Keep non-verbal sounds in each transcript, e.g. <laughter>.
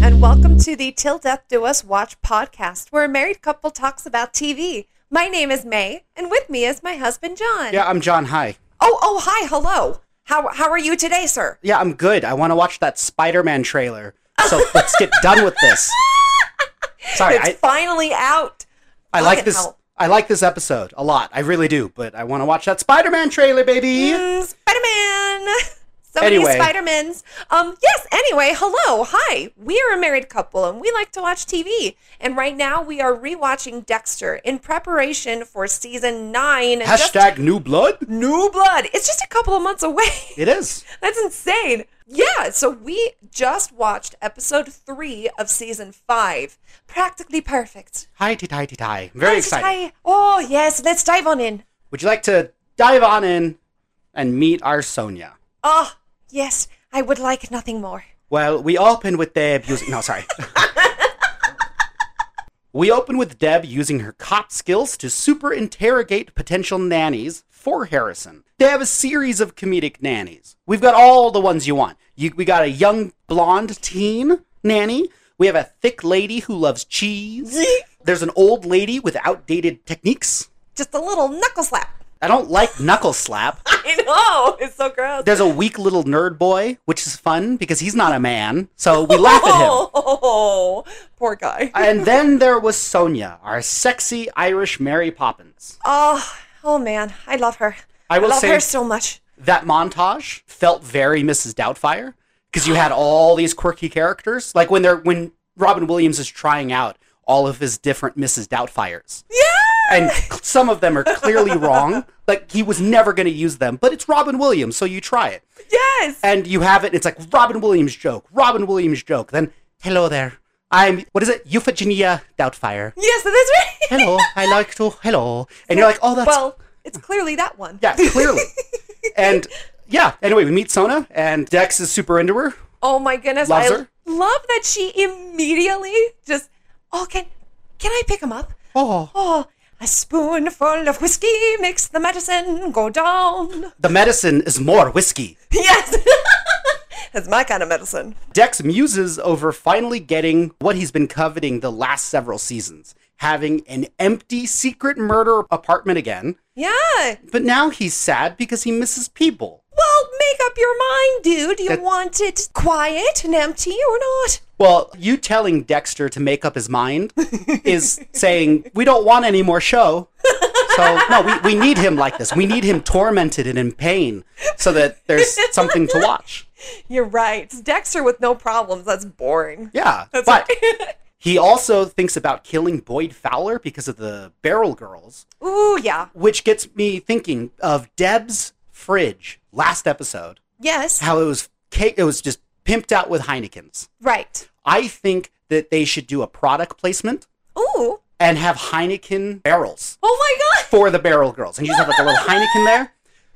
to the Till Death Do Us Watch podcast, where a married couple talks about TV. My name is May, and with me is my husband, John. Yeah, I'm John. Hi. Oh, oh, hi, hello. How, how are you today, sir? Yeah, I'm good. I want to watch that Spider-Man trailer. So <laughs> let's get done with this. Sorry, it's I, finally out. I like Fucking this. hell. I like this episode a lot. I really do. But I want to watch that Spider-Man trailer, baby. Mm, Spider-Man. <laughs> So Anyway. many Spider-Mans. Um, yes, anyway, hello, hi. We are a married couple and we like to watch TV. And right now we are rewatching Dexter in preparation for season nine. And just- Hashtag new blood. New Blood. It's just a couple of months away. <laughs> It is. That's insane. Yeah, so we just watched episode three of season five. Practically perfect. Hi, ti ti ti. Very Let's excited. dive- Oh, yes, let's dive on in. Would you like to dive on in and meet our Sonia? Oh, yes, I would like nothing more. Well, we open with Deb using. No, sorry. we open with Deb using her cop skills to super interrogate potential nannies for Harrison. They have a series of comedic nannies. We've got all the ones you want. You, we got a young blonde teen nanny. We have a thick lady who loves cheese. There's an old lady with outdated techniques. Just a little knuckle slap. <laughs> I don't like knuckle slap. I know, it's so gross. There's a weak little nerd boy, which is fun because he's not a man. So we laugh <laughs> at him. Oh, <laughs> poor guy. and then there was Sonia, our sexy Irish Mary Poppins. oh, oh man, I love her. I will love say- her so much. That montage felt very Mrs. Doubtfire because you had all these quirky characters, like when they're when Robin Williams is trying out all of his different Mrs. Doubtfires. Yeah. And cl- some of them are clearly wrong. Like he was never going to use them, but it's Robin Williams, so you try it. Yes. And you have it. It's like Robin Williams joke, Robin Williams joke. Then hello there. I'm what is it? Euphigenia Doubtfire. Yes, that's right. hello, <laughs> I like to hello, and you're like, oh, that's well, it's clearly that one. yeah, clearly, and yeah. Anyway, we meet Sona, and Dex is super into her. Oh my goodness, Loves I her. love that she immediately just oh can can I pick him up? Oh, Oh, a spoonful of whiskey makes the medicine go down. <laughs> the medicine is more whiskey. Yes, <laughs> that's my kind of medicine. Dex muses over finally getting what he's been coveting the last several seasons, having an empty secret murder apartment again. Yeah. But now he's sad because he misses people. Well, make up your mind, dude. Do you That- want it quiet and empty or not? Well, you telling Dexter to make up his mind <laughs> is saying, we don't want any more show. So, no, we, we need him like this. We need him tormented and in pain so that there's something to watch. You're right. It's Dexter with no problems. That's boring. Yeah. <laughs> That's but right. he also thinks about killing Boyd Fowler because of the barrel girls, Ooh, yeah. which gets me thinking of Deb's fridge last episode, Yes. how it was cake, it was just pimped out with Heineken's. Right. I think that they should do a product placement Ooh. and have Heineken barrels. Oh my god. for the barrel girls. And you just have like a little Heineken there.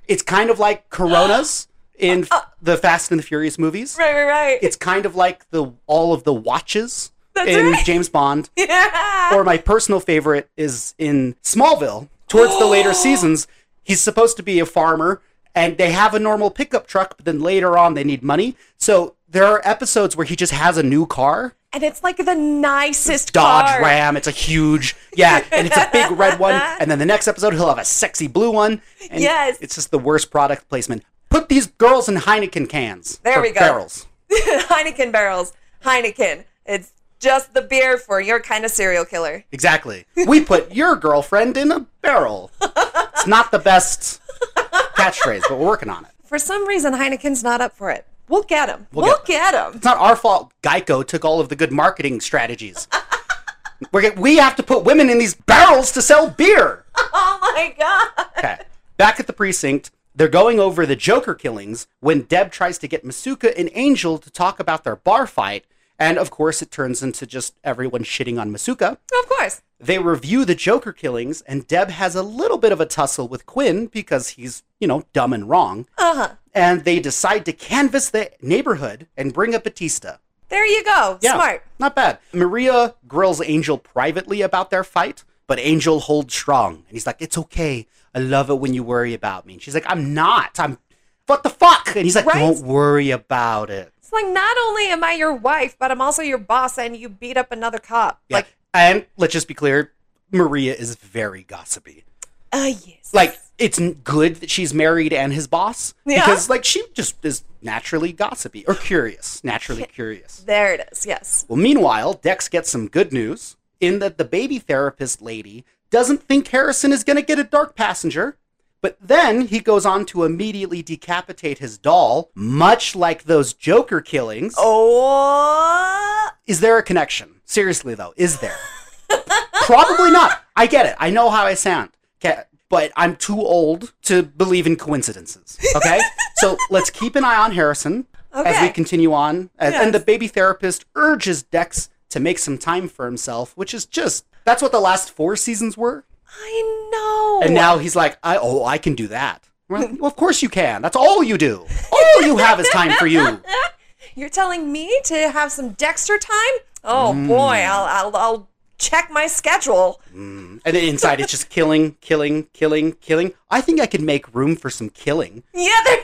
It's kind of like Coronas in <gasps> Uh, f- the Fast and the Furious movies. Right, right, right. It's kind of like the all of the watches That's in right. James Bond. <laughs> yeah. Or my personal favorite is in Smallville. Towards <gasps> the later seasons, he's supposed to be a farmer and they have a normal pickup truck, but then later on they need money. So there are episodes where he just has a new car. And it's like the nicest Dodge car. Ram. It's a huge, yeah, and it's a big <laughs> red one. And then the next episode, he'll have a sexy blue one. And Yes. it's just the worst product placement. Put these girls in Heineken cans. There or we go. Barrels. <laughs> Heineken barrels. Heineken. It's just the beer for your kind of serial killer. Exactly. We <laughs> put your girlfriend in a barrel. It's not the best catchphrase, but we're working on it. For some reason, Heineken's not up for it. We'll get him. We'll, get, him. It's not our fault. Geico took all of the good <laughs> marketing strategies. We're get, we have to put women in these barrels to sell beer. Oh <laughs> my god. Okay. Back at the precinct, they're going over the Joker killings when Deb tries to get Masuka and Angel to talk about their bar fight. And of course, it turns into just everyone shitting on Masuka. Of course. They review the Joker killings, and Deb has a little bit of a tussle with Quinn because he's, you know, dumb and wrong. Uh huh. And they decide to canvass the neighborhood and bring up Batista. There you go. Yeah, Smart. Not bad. Maria grills Angel privately about their fight, but Angel holds strong. And he's like, It's okay. I love it when you worry about me. And she's like, I'm not. I'm what the fuck? And he's like, Right? Don't worry about it. It's like not only am I your wife, but I'm also your boss, and you beat up another cop. Yeah. Like, and let's just be clear, Maria is very gossipy. uh, yes. Like it's n- good that she's married and his boss Yeah. because like she just is naturally gossipy or curious, naturally curious. there it is. Yes. Well, meanwhile, Dex gets some good news in that the baby therapist lady doesn't think Harrison is going to get a dark passenger. But then he goes on to immediately decapitate his doll, much like those Joker killings. Oh. Is there a connection? Seriously, though, is there? Probably not. I get it. I know how I sound. Okay. But I'm too old to believe in coincidences. <laughs> Okay? so let's keep an eye on Harrison as we Okay. continue on. And- And the Yes. baby therapist urges Dex to make some time for himself, which is just that's what the last four seasons were. I know. And now he's like, I, oh, I can do that. Well, well, of course you can. That's all you do. All you have is time for you. You're telling me to have some Dexter time? Oh Mm. boy, I'll, I'll I'll check my schedule. <laughs> And then inside it's just killing, killing, killing, killing. I think I could make room for some killing. Yeah, there.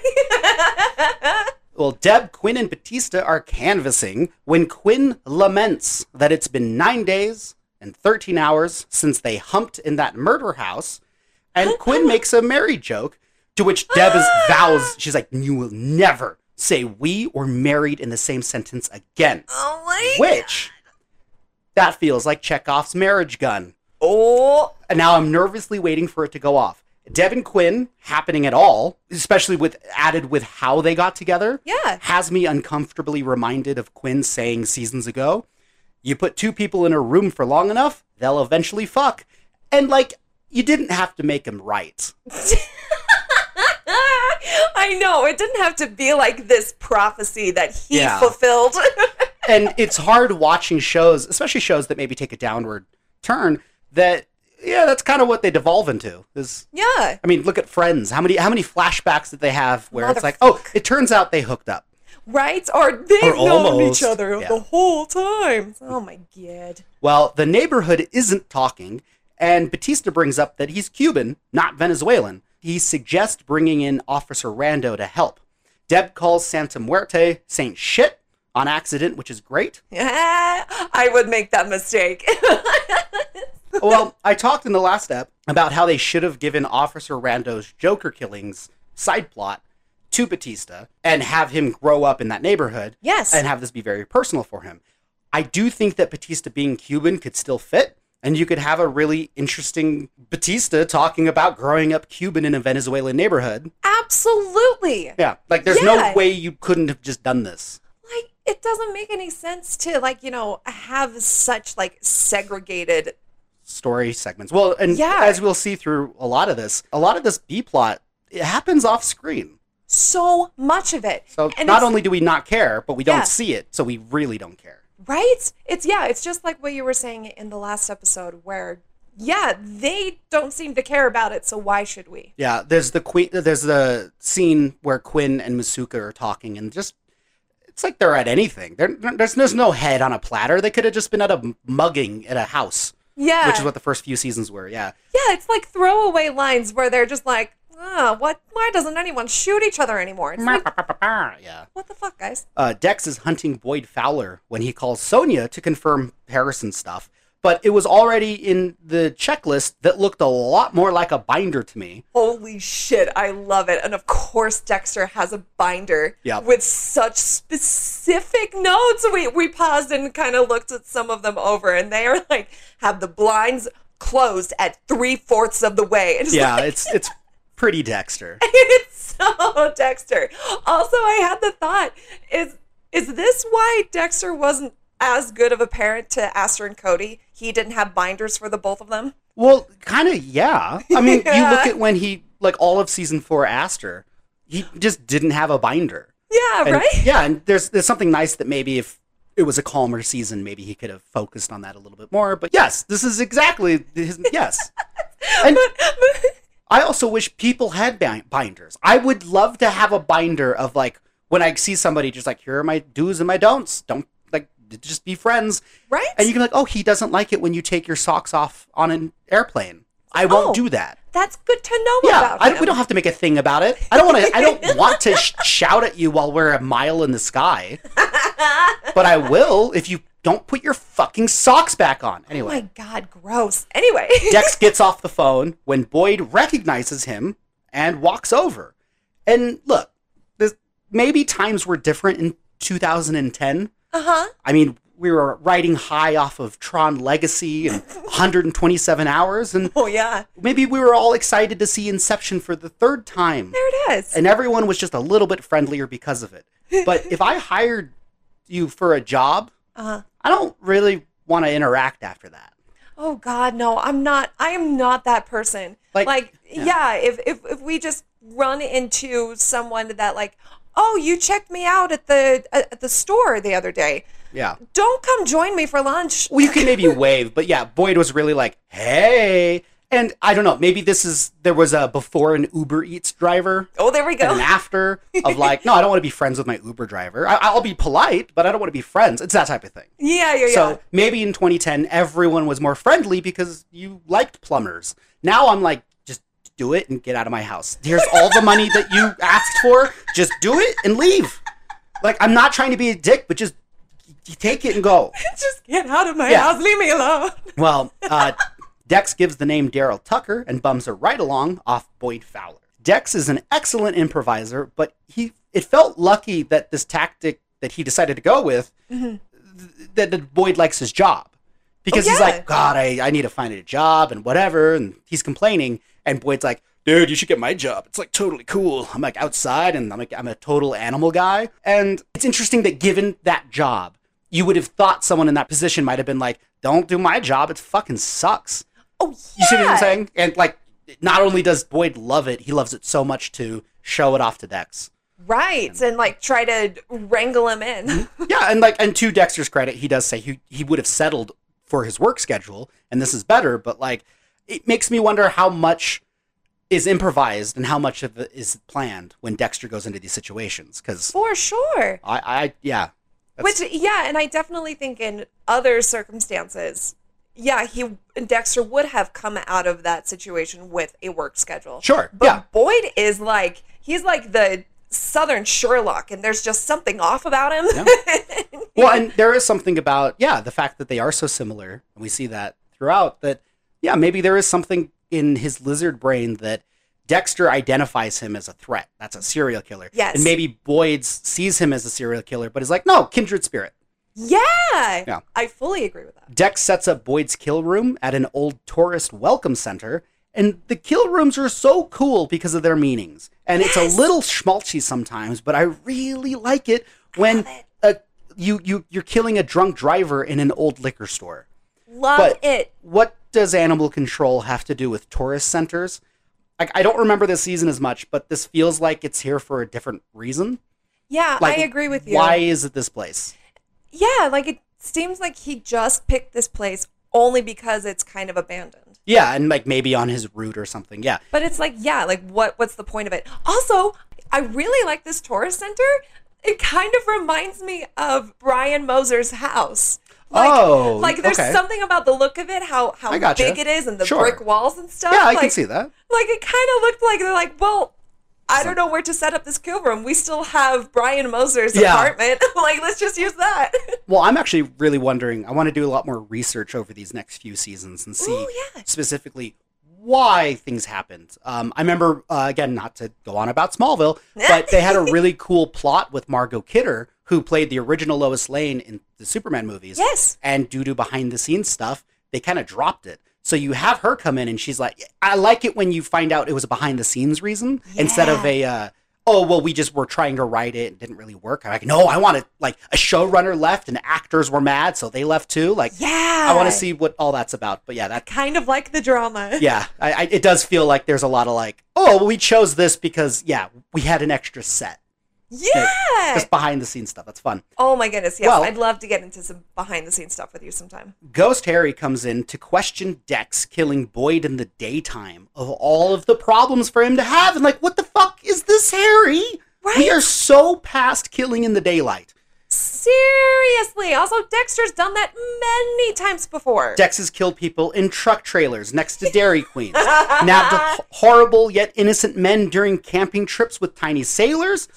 Well, Deb, Quinn, and Batista are canvassing when Quinn laments that it's been nine days and 13 hours since they humped in that murder house. And <laughs> Quinn makes a married joke, to which Deb is vows, she's like, You will never say we or married in the same sentence again. oh my. Which, that feels like Chekhov's marriage gun. Oh. <laughs> And now I'm nervously waiting for it to go off. Devin Quinn happening at all, especially with added with how they got together, Yeah. has me uncomfortably reminded of Quinn saying seasons ago, "You put two people in a room for long enough, they'll eventually fuck." And like, you didn't have to make them right. I know. It didn't have to be like this prophecy that he Yeah. fulfilled. <laughs> and it's hard watching shows, especially shows that maybe take a downward turn. That yeah, that's kind of what they devolve into. Is yeah. I mean, look at Friends. How many how many flashbacks did they have where it's like, oh, it turns out they hooked up. Right? Or they've Or known almost, each other yeah. the whole time. Oh my god. <laughs> Well, the neighborhood isn't talking, and Batista brings up that he's Cuban, not Venezuelan. He suggests bringing in Officer Rando to help. Deb calls Santa Muerte Saint Shit on accident, which is great. I would make that mistake. <laughs> Well, I talked in the last step about how they should have given Officer Rando's Joker killings side plot to Batista and have him grow up in that neighborhood. Yes. And have this be very personal for him. I do think that Batista being Cuban could still fit, and you could have a really interesting Batista talking about growing up Cuban in a Venezuelan neighborhood. Absolutely. Yeah. Like, there's no Yeah. way you couldn't have just done this. like it doesn't make any sense to like you know have such like segregated story segments. Well, and Yeah. as we'll see through a lot of this, a lot of this B plot it happens off screen. so much of it So and not it's- only do we not care, but we don't Yeah. see it, so we really don't care. right it's yeah it's just like what you were saying in the last episode where yeah they don't seem to care about it so why should we Yeah, there's the queen. There's the scene where Quinn and Masuka are talking, and just it's like they're at anything. They're, there's there's no head on a platter. They could have just been at a mugging at a house, yeah which is what the first few seasons were. Yeah, yeah it's like throwaway lines where they're just like ah what why doesn't anyone shoot each other anymore it's like <laughs> yeah. what the fuck guys Uh, Dex is hunting Boyd Fowler when he calls Sonia to confirm Harrison stuff, but it was already in the checklist that looked a lot more like a binder to <laughs> me. Holy shit, I love it. And of course, Dexter has a binder Yep. with such specific notes. We, we paused and kind of looked at some of them over, and they are like, have the blinds closed at three fourths of the way. It's Yeah, like- it's it's pretty Dexter. <laughs> it's so Dexter. Also, I had the thought is, is this why Dexter wasn't as good of a parent to Aster and Cody? He didn't have binders for the both of them? Well, kind of, yeah. I mean, you look <laughs> Yeah. at when he, like, all of season four Aster, he just didn't have a binder. Yeah, And, right? <laughs> Yeah, and there's there's something nice that maybe if it was a calmer season, maybe he could have focused on that a little bit more. But yes, this is exactly his, yes. And I also wish people had bi- binders. I would love to have a binder of like when I see somebody just like here are my do's and my don'ts. Don't like just be friends. Right? And you can be like, oh, he doesn't like it when you take your socks off on an airplane. I won't Oh. do that. That's good to know Yeah, about. I, him. we don't have to make a thing about it. I don't want to. <laughs> I don't want to sh- shout at you while we're a mile in the sky. But I will if you don't put your fucking socks back on. Oh Anyway, my <laughs> god, gross. Anyway, <laughs> Dex gets off the phone when Boyd recognizes him and walks over. And look, this, maybe times were different in 2010. uh huh. I mean, we were riding high off of Tron <laughs> Legacy and 127 hours, and Oh yeah, maybe we were all excited to see Inception for the third time there it is. and everyone was just a little bit friendlier because of it. But if I hired you for a job, Uh-huh. I don't really want to interact after that. Oh God, no! I'm not. I am not that person. Like- Like, yeah. yeah. if, if if we just run into someone that like, oh, you checked me out at the at at the store the other day. Yeah. Don't come join me for lunch. Well, you can <laughs> maybe wave, but yeah, Boyd was really like, "Hey," and I don't know. Maybe this is there was a before an Uber Eats driver Oh, there we and an go. after of like, no, I don't want to be friends with my Uber driver. I, I'll be polite, but I don't want to be friends. It's that type of thing. <laughs> Yeah, yeah, <laughs> yeah. So maybe in 2010, everyone was more friendly because you liked plumbers. Now I'm like, just do it and get out of my house. Here's all the money that you <laughs> asked for. Just do it and leave. Like, I'm not trying to be a dick, but just take it and go. just get out of my Yeah. house. Leave me alone. Well, uh, Dex gives the name Daryl Tucker and bums her right along off Boyd Fowler. Dex is an excellent improviser, but he it felt lucky that this tactic that he decided to go with th- that, that Boyd likes his job because he's Oh, yeah. like, God, I, I need to find a job and whatever, and he's complaining, and Boyd's like. Dude, you should get my job. It's like totally cool. I'm like outside and I'm like I'm a total animal guy. And it's interesting that given that job, you would have thought someone in that position might have been like, Don't do my job, it fucking sucks. Oh yeah. You see what I'm saying? And like, not only does Boyd love it, he loves it so much to show it off to Dex. Right, and like try to wrangle him in. yeah, and like, and to Dexter's credit, he does say he he would have settled for his work schedule, and this is better. But like, it makes me wonder how much is improvised and how much of it is planned when Dexter goes into these situations. <laughs> Because For sure. I, I, yeah, that's- Which, yeah, and I definitely think in other circumstances, yeah, he Dexter would have come out of that situation with a work schedule. Sure, but yeah. Boyd is like he's like the Southern Sherlock, and there's just something off about him. well, and there is something about yeah the fact that they are so similar, and we see that throughout. That yeah, maybe there is something in his lizard brain that Dexter identifies him as a threat. That's a serial killer. Yes. and maybe Boyd sees him as a serial killer, but is like, no, kindred spirit. <laughs> yeah, Yeah. I fully agree with that. Dex sets up Boyd's kill room at an old tourist welcome center, and the kill rooms are so cool because of their meanings. And it's a little schmaltzy sometimes, but I really like it when uh you you you're killing a drunk driver in an old liquor store. Love But- it. What does animal control have to do with tourist centers? I, I don't remember this season as much, but this feels like it's here for a different reason. Yeah, Like, I agree with you. Why is it this place? Yeah, like it seems like he just picked this place only because it's kind of abandoned. Yeah, and like maybe on his route or something. Yeah. But it's like, yeah, like what what's the point of it? Also, I really like this tourist center. It kind of reminds me of Brian Moser's house. Like, Oh, like there's okay. something about the look of it, how how I gotcha. big it is, and the Sure. brick walls and stuff. Yeah, I like, can see that. Like it kind of looked like they're like, well, I don't know where to set up this kill room. We still have Brian Moser's Yeah. apartment. <laughs> like let's just use that. Well, I'm actually really wondering. I want to do a lot more research over these next few seasons and see Ooh, yeah. specifically why things happened. Um, I remember uh, again, not to go on about Smallville, <laughs> but they had a really cool plot with Margot Kidder, who played the original Lois Lane in the Superman movies. Yes. And due to behind the scenes stuff, they kind of dropped it. So you have her come in, and she's like, "I like it when you find out it was a behind the scenes reason instead of a." Uh, Oh well, we just were trying to write it and it didn't really work. I'm like, no, I want to like a showrunner left and actors were mad, so they left too. Like, yeah, I want to see what all that's about. But yeah, that kind of like the drama. yeah, I, I, it does feel like there's a lot of like, oh, well, we chose this because yeah, we had an extra set, yeah. just behind the scenes stuff. That's fun. Oh my goodness, yes. Well- I'd love to get into some behind the scenes stuff with you sometime. Ghost Harry comes in to question Dex killing Boyd in the daytime of all of the problems for him to have, and like, what the fuck is this, Harry? We Right. are so past killing in the daylight. Seriously. Also, Dexter's done that many times before. Dex has killed people in truck trailers next to Dairy Queens, nabbed h- horrible yet innocent men during camping trips with tiny sailors.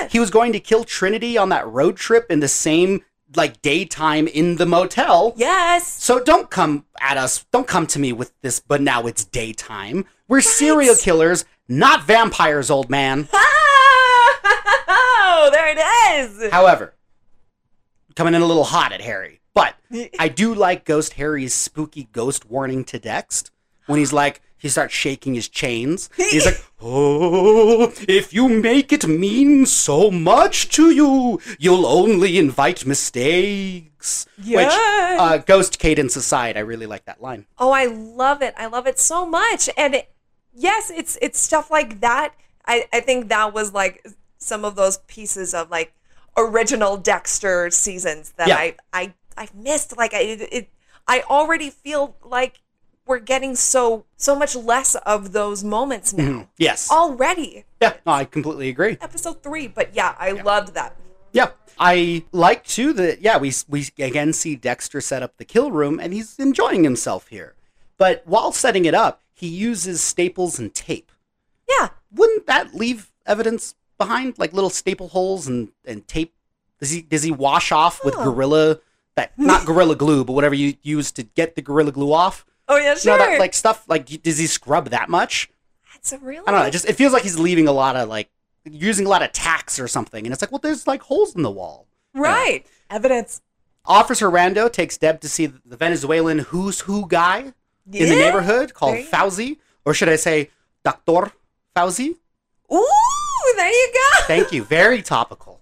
Yeah! He was going to kill Trinity on that road trip in the same like daytime in the motel. yes. <laughs> So don't come at us. Don't come to me with this, but now it's daytime. We're serial killers, not vampires, old man. Oh, there it is. However, coming in a little hot at Harry, but I do like Ghost Harry's spooky ghost warning to Dex when he's like, he starts shaking his chains. He's like, Oh, if you make it mean so much to you, you'll only invite mistakes. Which, Yes. uh, Ghost Cadence aside, I really like that line. Oh, I love it. I love it so much. And it, yes, it's it's stuff like that. I, I think that was like some of those pieces of like original Dexter seasons that Yeah. I I I missed. Like I it, it I already feel like we're getting so so much less of those moments now. Yes. Already. Yeah, no, I completely agree. Episode 3, but yeah, I loved that. Yeah, I like too that yeah we we again see Dexter set up the kill room and he's enjoying himself here, but while setting it up, he uses staples and tape. Yeah. Wouldn't that leave evidence behind, like little staple holes and and tape? Does he does he wash off with Oh. gorilla that <laughs> not gorilla glue but whatever you use to get the gorilla glue off? Oh yeah, You sure. know that like stuff like does he scrub that much? That's a really I don't know. It just it feels like he's leaving a lot of like using a lot of tacks or something, and it's like well there's like holes in the wall. right. Evidence. Officer Rando takes Deb to see the Venezuelan who's who guy in the Yeah. neighborhood called There you go. Fauzi, or should I say Dr. Fauzi? Ooh, there you go. Thank you. Very <laughs> topical.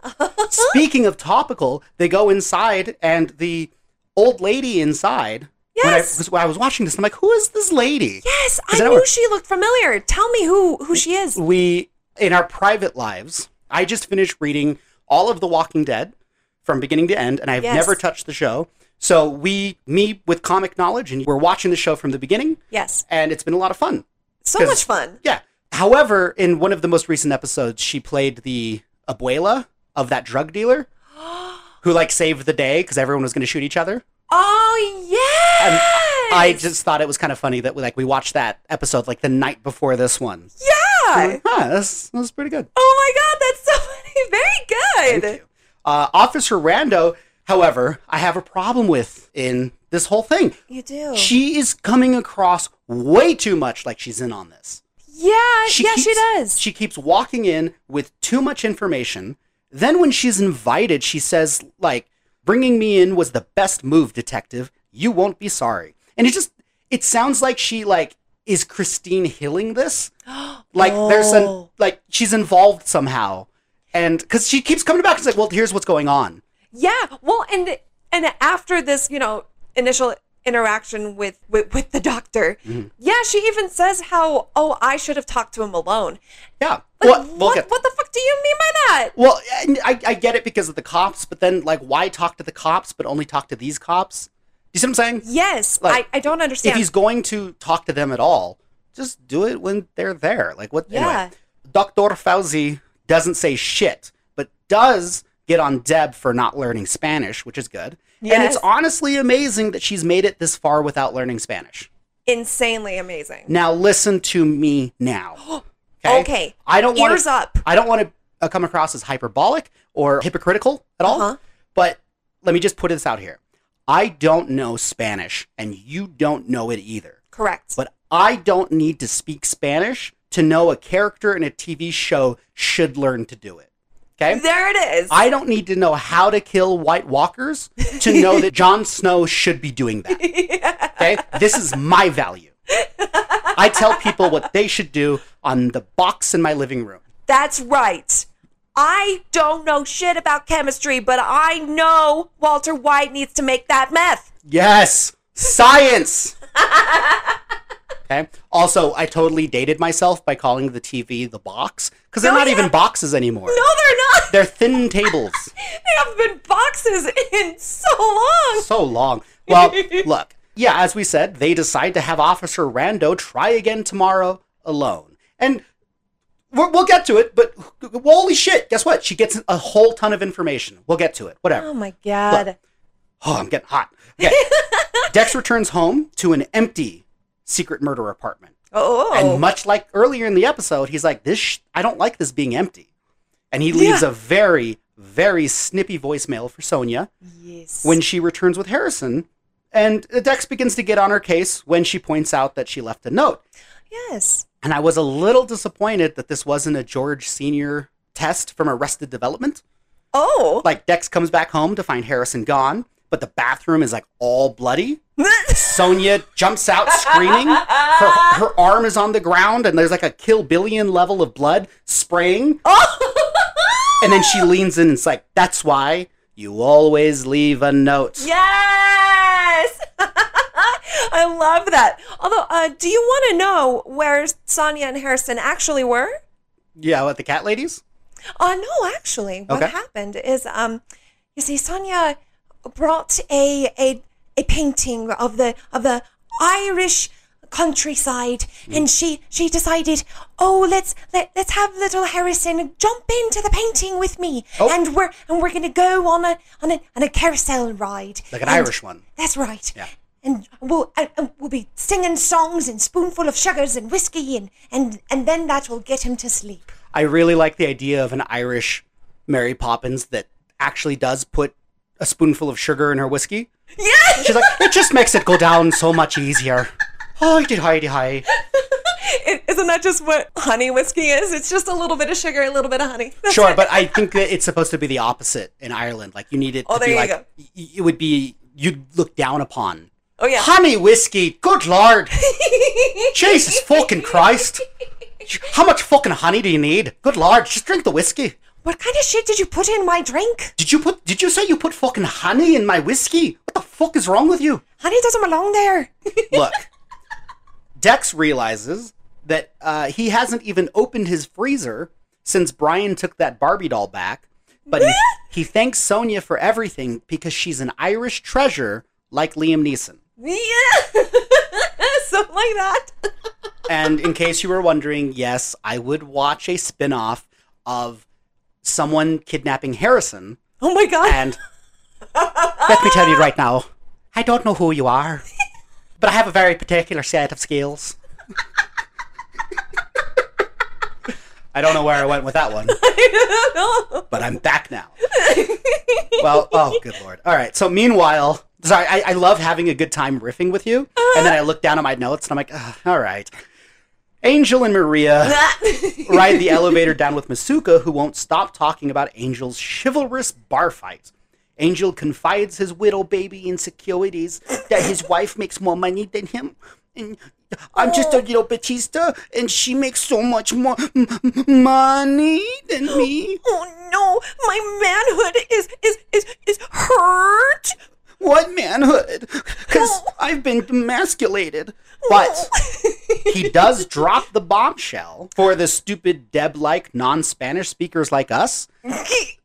Speaking of topical, they go inside and the old lady inside. When I, Yes. 'cause when I was watching this, I'm like, who is this lady? Yes, Is I that knew where- she looked familiar. Tell me who who she is. we in our private lives i just finished reading all of the walking dead from beginning to end and i've Yes. never touched the show so we me with comic knowledge and we're watching the show from the beginning Yes, and it's been a lot of fun so 'Cause- much fun. yeah however in one of the most recent episodes she played the abuela of that <gasps> drug dealer who like saved the day because everyone was going to shoot each other Oh yes, i just thought it was kind of funny that we like we watched that episode like the night before this one yeah. Huh, that's, that's pretty good Oh my god, that's so <laughs> funny. Very good. Thank you. Uh, Officer Rando, however, I have a problem with in this whole thing. You do. She is coming across way too much like she's in on this. yeah, yeah, she keeps- does. She keeps walking in with too much information. Then when she's invited, she says like, "Bringing me in was the best move, detective. You won't be sorry." And it just it sounds like she like is Christine <gasps> Hilling this? Like there's an Oh. like she's involved somehow. And cuz she keeps coming back and like, "Well, here's what's going on." yeah. Well, and and after this, you know, initial interaction with with, with the doctor, Mm-hmm. yeah, she even says how oh I should have talked to him alone. Yeah. Like, Well, what we'll get- what the fuck do you mean by that? well, and I, I get it because of the cops, but then like why talk to the cops but only talk to these cops? You see what I'm saying? Yes, Like, I, I don't if understand. he's going to talk to them at all, just do it when they're there. Like what? Yeah. Anyway, Dr. Fauci doesn't say shit, but does get on Deb for not learning Spanish, which is good. And Yes. it's honestly amazing that she's made it this far without learning Spanish. Insanely amazing. Now listen to me now. <gasps> Okay. I don't want Ears up. I don't want to uh, come across as hyperbolic or hypocritical at all. Uh-huh. But let me just put this out here. I don't know Spanish and you don't know it either Correct. but I don't need to speak Spanish to know a character in a TV show should learn to do it. Okay? There it is. I don't need to know how to kill White Walkers to <laughs> know that Jon Snow should be doing that. Okay? This is my value. I tell people what they should do on the box in my living room. That's right. I don't know shit about chemistry, but I know Walter White needs to make that meth. Yes, science. okay. Also, I totally dated myself by calling the TV the box because they're No, not yeah. even boxes anymore. No, they're not. <laughs> They're thin tables. They haven't been boxes in so long. so long. Well, look, yeah, as we said, they decide to have Officer Rando try again tomorrow alone. And we'll we'll get to it, but holy shit, guess what? She gets a whole ton of information. We'll get to it. Whatever. Oh my god. Oh, I'm getting hot. Okay. Dex returns home to an empty secret murder apartment. oh. And much like earlier in the episode, he's like, "This, sh- I don't like this being empty," and he leaves a very, very snippy voicemail for Sonia yes. when she returns with Harrison. And Dex begins to get on her case when she points out that she left a note. yes. And I was a little disappointed that this wasn't a George Senior test from Arrested Development. Oh. <laughs> Like Dex comes back home to find Harrison gone, but the bathroom is like all bloody. Sonia jumps out screaming. Her, her arm is on the ground, and there's like a Kill Billion level of blood spraying. Oh. And then she leans in and it's like, that's why you always leave a note. <laughs> yes. <laughs> I love that. Although, uh, do you want to know where Sonia and Harrison actually were? Yeah, what, the cat ladies? Uh, no, actually, what Okay. happened is, um, you see, Sonia brought a, a a painting of the of the Irish countryside, Mm. and she she decided, oh, let's let, let's have little Harrison jump into the painting with me, Oh. and we're and we're gonna go on a on a on a carousel ride, Like an And- Irish one. That's right. Yeah. And we'll and, and we'll be singing songs and spoonful of sugars and whiskey and and and then that will get him to sleep. I really like the idea of an Irish Mary Poppins that actually does put a spoonful of sugar in her whiskey. Yes. She's like, it just makes it go down so much easier. Hi, did hi, hi. is isn't that just what honey whiskey is? It's just a little bit of sugar, a little bit of honey. That's Sure, it. but I think that it's supposed to be the opposite in Ireland. Like you need it Oh, to there be you like go. y- y- it would be you'd look down upon. <laughs> oh yeah. Honey whiskey, good lord. <laughs> Jesus fucking Christ. How much fucking honey do you need? Good lord, just drink the whiskey. What kind of shit did you put in my drink? Did you put did you say you put fucking honey in my whiskey? What the fuck is wrong with you? Honey doesn't belong there. Look, Dex realizes that uh, he hasn't even opened his freezer since Brian took that Barbie doll back. But he, he thanks Sonia for everything because she's an Irish treasure like Liam Neeson. <laughs> yeah. <laughs> Something like that. <laughs> And in case you were wondering, yes, I would watch a spin off of someone kidnapping Harrison. Oh my god. And let me tell you right now, I don't know who you are, but I have a very particular set of skills. I don't know where I went with that one, Uh. but I'm back now. Well, oh, good lord. All right. So, meanwhile, sorry, I, I love having a good time riffing with you. And then I look down at my notes and I'm like, "Ugh, all right. Angel and Maria ride the elevator down with Masuka, who won't stop talking about Angel's chivalrous bar fight. Angel confides his widow baby insecurities that his wife makes more money than him. And I'm just a little Batista, and she makes so much more m- m- money than me. <laughs> oh no, my manhood is is is is hurt. <laughs> What manhood? Because I've been emasculated. But he does drop the bombshell for the stupid Deb like non Spanish speakers like us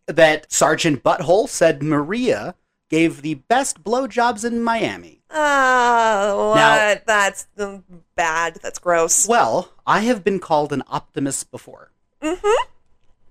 that Sergeant Butthole said Maria gave the best blowjobs in Miami. Oh, what? Now- That's um, bad. That's gross. Well, I have been called an optimist before. Mm-hmm.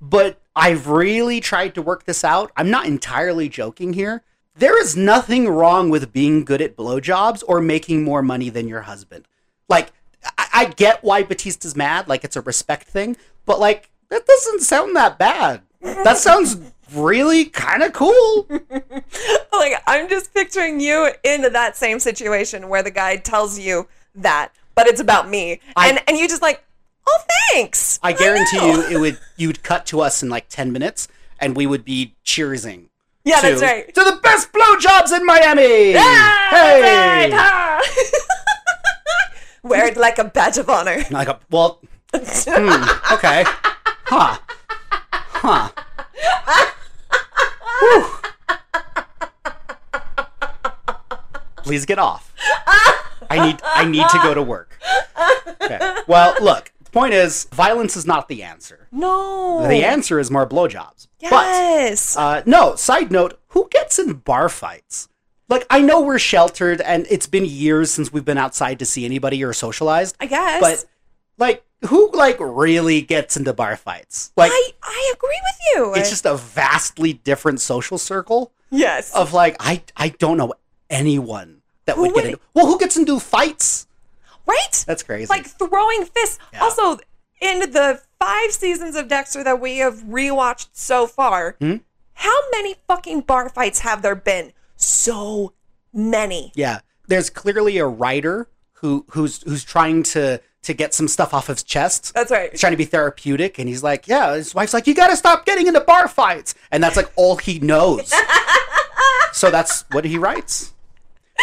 But I've really tried to work this out. I'm not entirely joking here. There is nothing wrong with being good at blowjobs or making more money than your husband. Like, I, I get why Batista's mad. Like, it's a respect thing. But, like, that doesn't sound that bad. That sounds really kind of cool. Like I'm just picturing you in that same situation where the guy tells you that, but it's about me, I- and and you just like, oh thanks. <laughs> I guarantee know." you, it would you'd cut to us in like ten minutes, and we would be cheersing. Yeah, to, that's right. To the best blowjobs in Miami. Ah, <laughs> hey! that's right, ah. <laughs> Wear it like a badge of honor. Like a well, hmm, okay, huh, huh. Whew. Please get off. I need I need to go to work. Okay. Well, look. The point is, violence is not the answer. No. The answer is more blowjobs. But Oh. yes. Uh, no, side note, who gets in bar fights? Like, I know we're sheltered and it's been years since we've been outside to see anybody or socialized, I guess. but Like who like really gets into bar fights? Like I, I agree with you. it's just a vastly different social circle yes. of like I I don't know anyone that Who would get would- into Well, who gets into fights? right? That's crazy. Like throwing fists. Yeah. Also, in the five seasons of Dexter that we have rewatched so far, Hmm? how many fucking bar fights have there been? So many. Yeah, there's clearly a writer who who's who's trying to to get some stuff off his chest. That's right. He's trying to be therapeutic, and he's like, "Yeah." His wife's like, "You got to stop getting into bar fights," and that's like all he knows. so that's what he writes.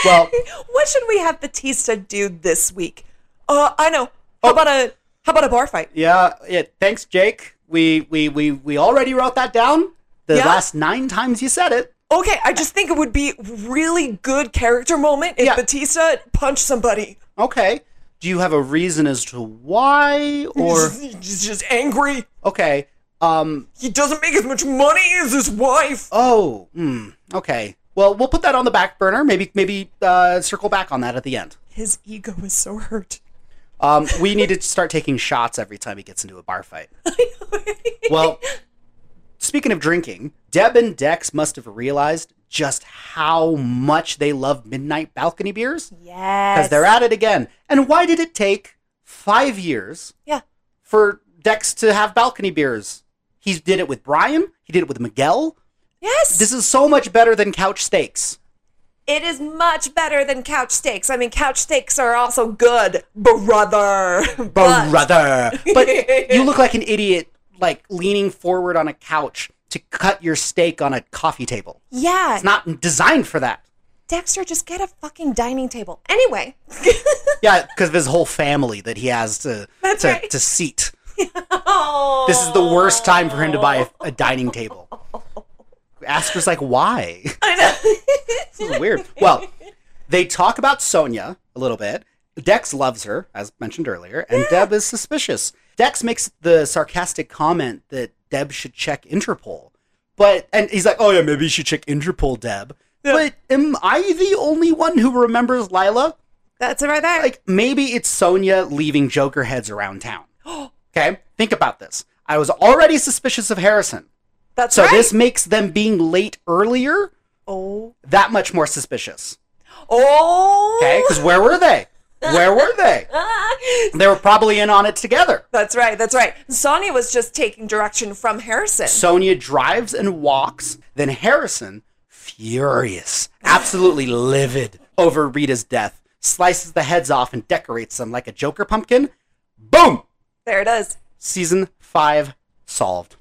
Well, What should we have Batista do this week? Uh, I know. How Oh. about a how about a bar fight? yeah, yeah. Thanks, Jake. We we we we already wrote that down. The Yeah. last nine times you said it. Okay, I just think it would be really good character moment if Yeah. Batista punched somebody. Okay. Do you have a reason as to why, <laughs> or he's just angry. okay? Um. He doesn't make as much money as his wife. Oh, hmm. Okay. Well, we'll put that on the back burner. Maybe, maybe uh, circle back on that at the end. His ego is so hurt. Um, we need to start taking shots every time he gets into a bar fight. well, speaking of drinking, Deb and Dex must have realized just how much they love midnight balcony beers Yes. because they're at it again. And why did it take five years yeah. for Dex to have balcony beers? He did it with Brian. He did it with Miguel. Yes. This is so much better than couch steaks. it is much better than couch steaks. I mean, couch steaks are also good, brother. But- brother. <laughs> But you look like an idiot, like leaning forward on a couch to cut your steak on a coffee table. yeah. It's not designed for that. Dexter, just get a fucking dining table. Anyway. Yeah, because of his whole family that he has to That's to, right. <laughs> to seat. oh. This is the worst time for him to buy a, a dining table. Asper's like, why? <laughs> I know. this is weird. Well, they talk about Sonia a little bit. Dex loves her, as mentioned earlier, and Deb is suspicious. Dex makes the sarcastic comment that Deb should check Interpol. But and he's like, Oh yeah, maybe you should check Interpol, Deb. But am I the only one who remembers Lila? That's it right there. Like maybe it's Sonia leaving Joker heads around town. okay? Think about this. I was already suspicious of Harrison. That's So right. this makes them being late earlier Oh. that much more suspicious. Oh. Okay, because where were they? Where were they? They were probably in on it together. <laughs> That's right. That's right. Sonya was just taking direction from Harrison. Sonia drives and walks. Then Harrison, furious, absolutely livid over Rita's death, slices the heads off and decorates them like a Joker pumpkin. Boom! there it is. Season five solved.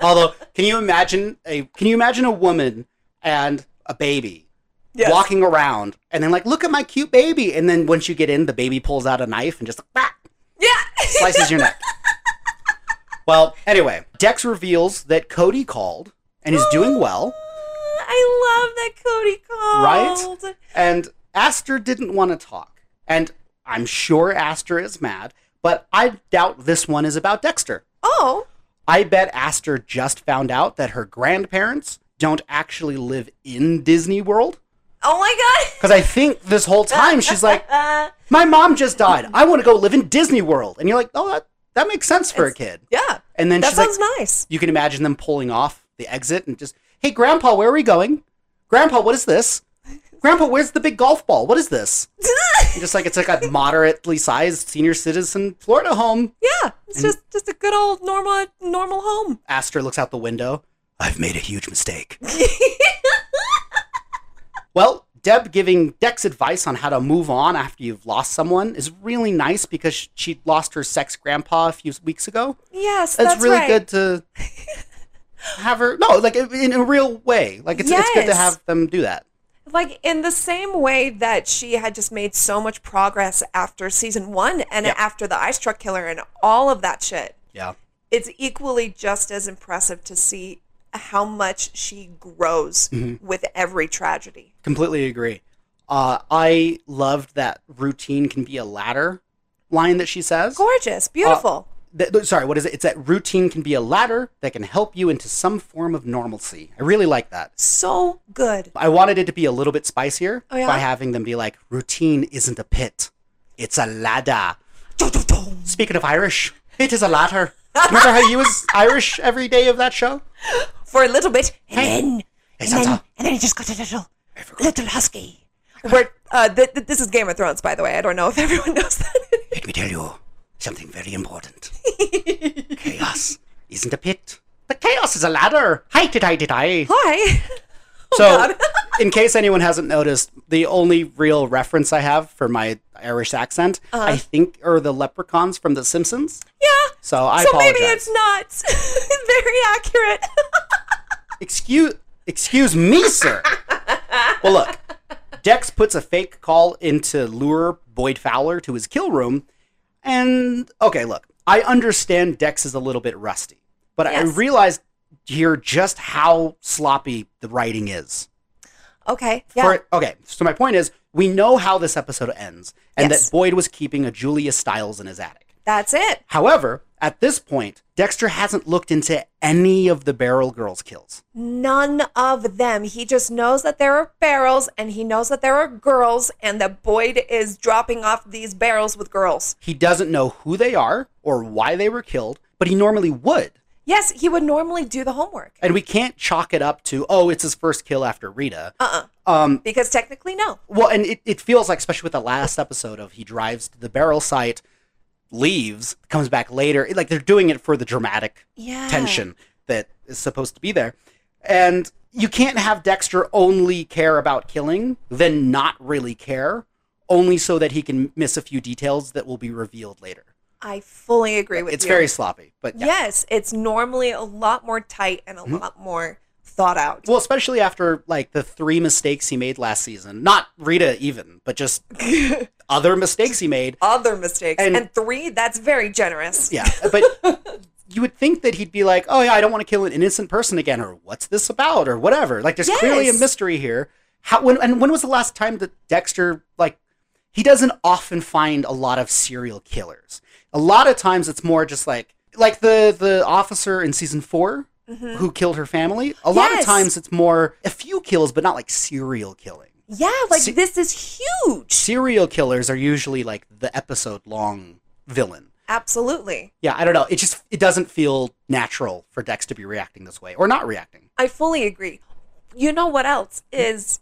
Although, can you imagine a can you imagine a woman and a baby Yes. walking around and then like, look at my cute baby, and then once you get in, the baby pulls out a knife and just bah, Yeah. slices your neck. Well, anyway, Dex reveals that Cody called and is doing well, <laughs> I love that Cody called. right? And Aster didn't want to talk, and I'm sure Aster is mad, but I doubt this one is about Dexter. Oh. I bet Aster just found out that her grandparents don't actually live in Disney World. Oh <laughs> my Because I think this whole time <laughs> she's like, God. Uh, my mom just died. I want to go live in Disney World. And you're like, oh, that, that makes sense for a kid. yeah. And then That she's like, sounds nice. <laughs> you can imagine them pulling off the exit and just, hey, Grandpa, where are we going? Grandpa, what is this? Grandpa, where's the big golf ball? What is this? And just like it's like a moderately sized senior citizen Florida home. yeah. It's just just a good old normal normal home. Aster looks out the window. I've made a <laughs> huge mistake. well, Deb giving Dex advice on how to move on after you've lost someone is really nice because she lost her sex grandpa a few weeks ago. Yes. It's that's really right. <laughs> good to have her. No, like in a real way. Like it's, it's good to Yes. have them do that. Like in the same way that she had just made so much progress after season one and Yeah. after the ice truck killer and all of that shit. Yeah. it's equally just as impressive to see how much she grows Mm-hmm. with every tragedy. Completely agree. Uh, I loved that routine can be a ladder line that she says. Gorgeous, beautiful. Th- th- sorry, what is it? It's that routine can be a ladder that can help you into some form of normalcy. I really like that. so good. I wanted it to be a little bit spicier Oh, yeah? by having them be like, routine isn't a pit, it's a ladder. Speaking of Irish, it is a latter. Remember how you was Irish every day of that show? for a little bit, and then Hey, and then, Sansa. and then he just got a little little husky. Where uh, th- th- this is Game of Thrones, by the way. I don't know if everyone <laughs> knows that. Let me tell you something very <laughs> important. chaos isn't a pit. But chaos is a ladder. Hi, did I, did I? Hi. <laughs> So, God. in case anyone hasn't noticed, the only real reference I have for my Irish accent, Uh-huh. I think, are the leprechauns from The Simpsons. <laughs> Yeah. So I so apologize. maybe it's not <laughs> very accurate. excuse excuse me, <laughs> sir. well, look, Dex puts a fake call into lure Boyd Fowler to his kill room, and okay, look, I understand Dex is a little bit rusty, but I Yes. realized here just how sloppy the writing is. okay. Yeah. For- okay, so my point is, we know how this episode ends, and Yes. that Boyd was keeping a Julia Stiles in his attic. that's it. However, at this point, Dexter hasn't looked into any of the Barrel Girls kills. None of them. He just knows that there are barrels and he knows that there are girls and that Boyd is dropping off these barrels with girls. He doesn't know who they are or why they were killed, but he normally would. Yes, he would normally do the homework And we can't chalk it up to, oh, it's his first kill after Rita. Uh-uh. Um, because technically, no. Well, and it, it feels like, especially with the last episode of he drives to the barrel site, leaves, comes back later. It- like they're doing it for the dramatic Yeah. tension that is supposed to be there. And you can't have Dexter only care about killing, then not really care, only so that he can miss a few details that will be revealed later. I fully agree with It's you. very sloppy, but yeah. Mm-hmm. Yes, it's normally a lot more tight and a lot more thought out. Well, especially after like the three mistakes he made last season. Not Rita even, but just other mistakes he made. Other mistakes. And- And, three, that's very generous. Yeah, but you would think that he'd be like, "Oh yeah, I don't want to kill an innocent person again," or "What's this about?" or whatever. Like, there's clearly a Yes. mystery here. How when and when was the last time that Dexter like he doesn't often find a lot of serial killers. A lot of times it's more just like like the the officer in season 4 who killed her family. A lot of Mm-hmm. Yes. times it's more a few kills, but not like serial killing. Yeah, like See- this is huge. serial killers are usually like the episode long villain. Absolutely. Yeah, I don't know. It just it doesn't feel natural for Dex to be reacting this way or not reacting. I fully agree. You know what else is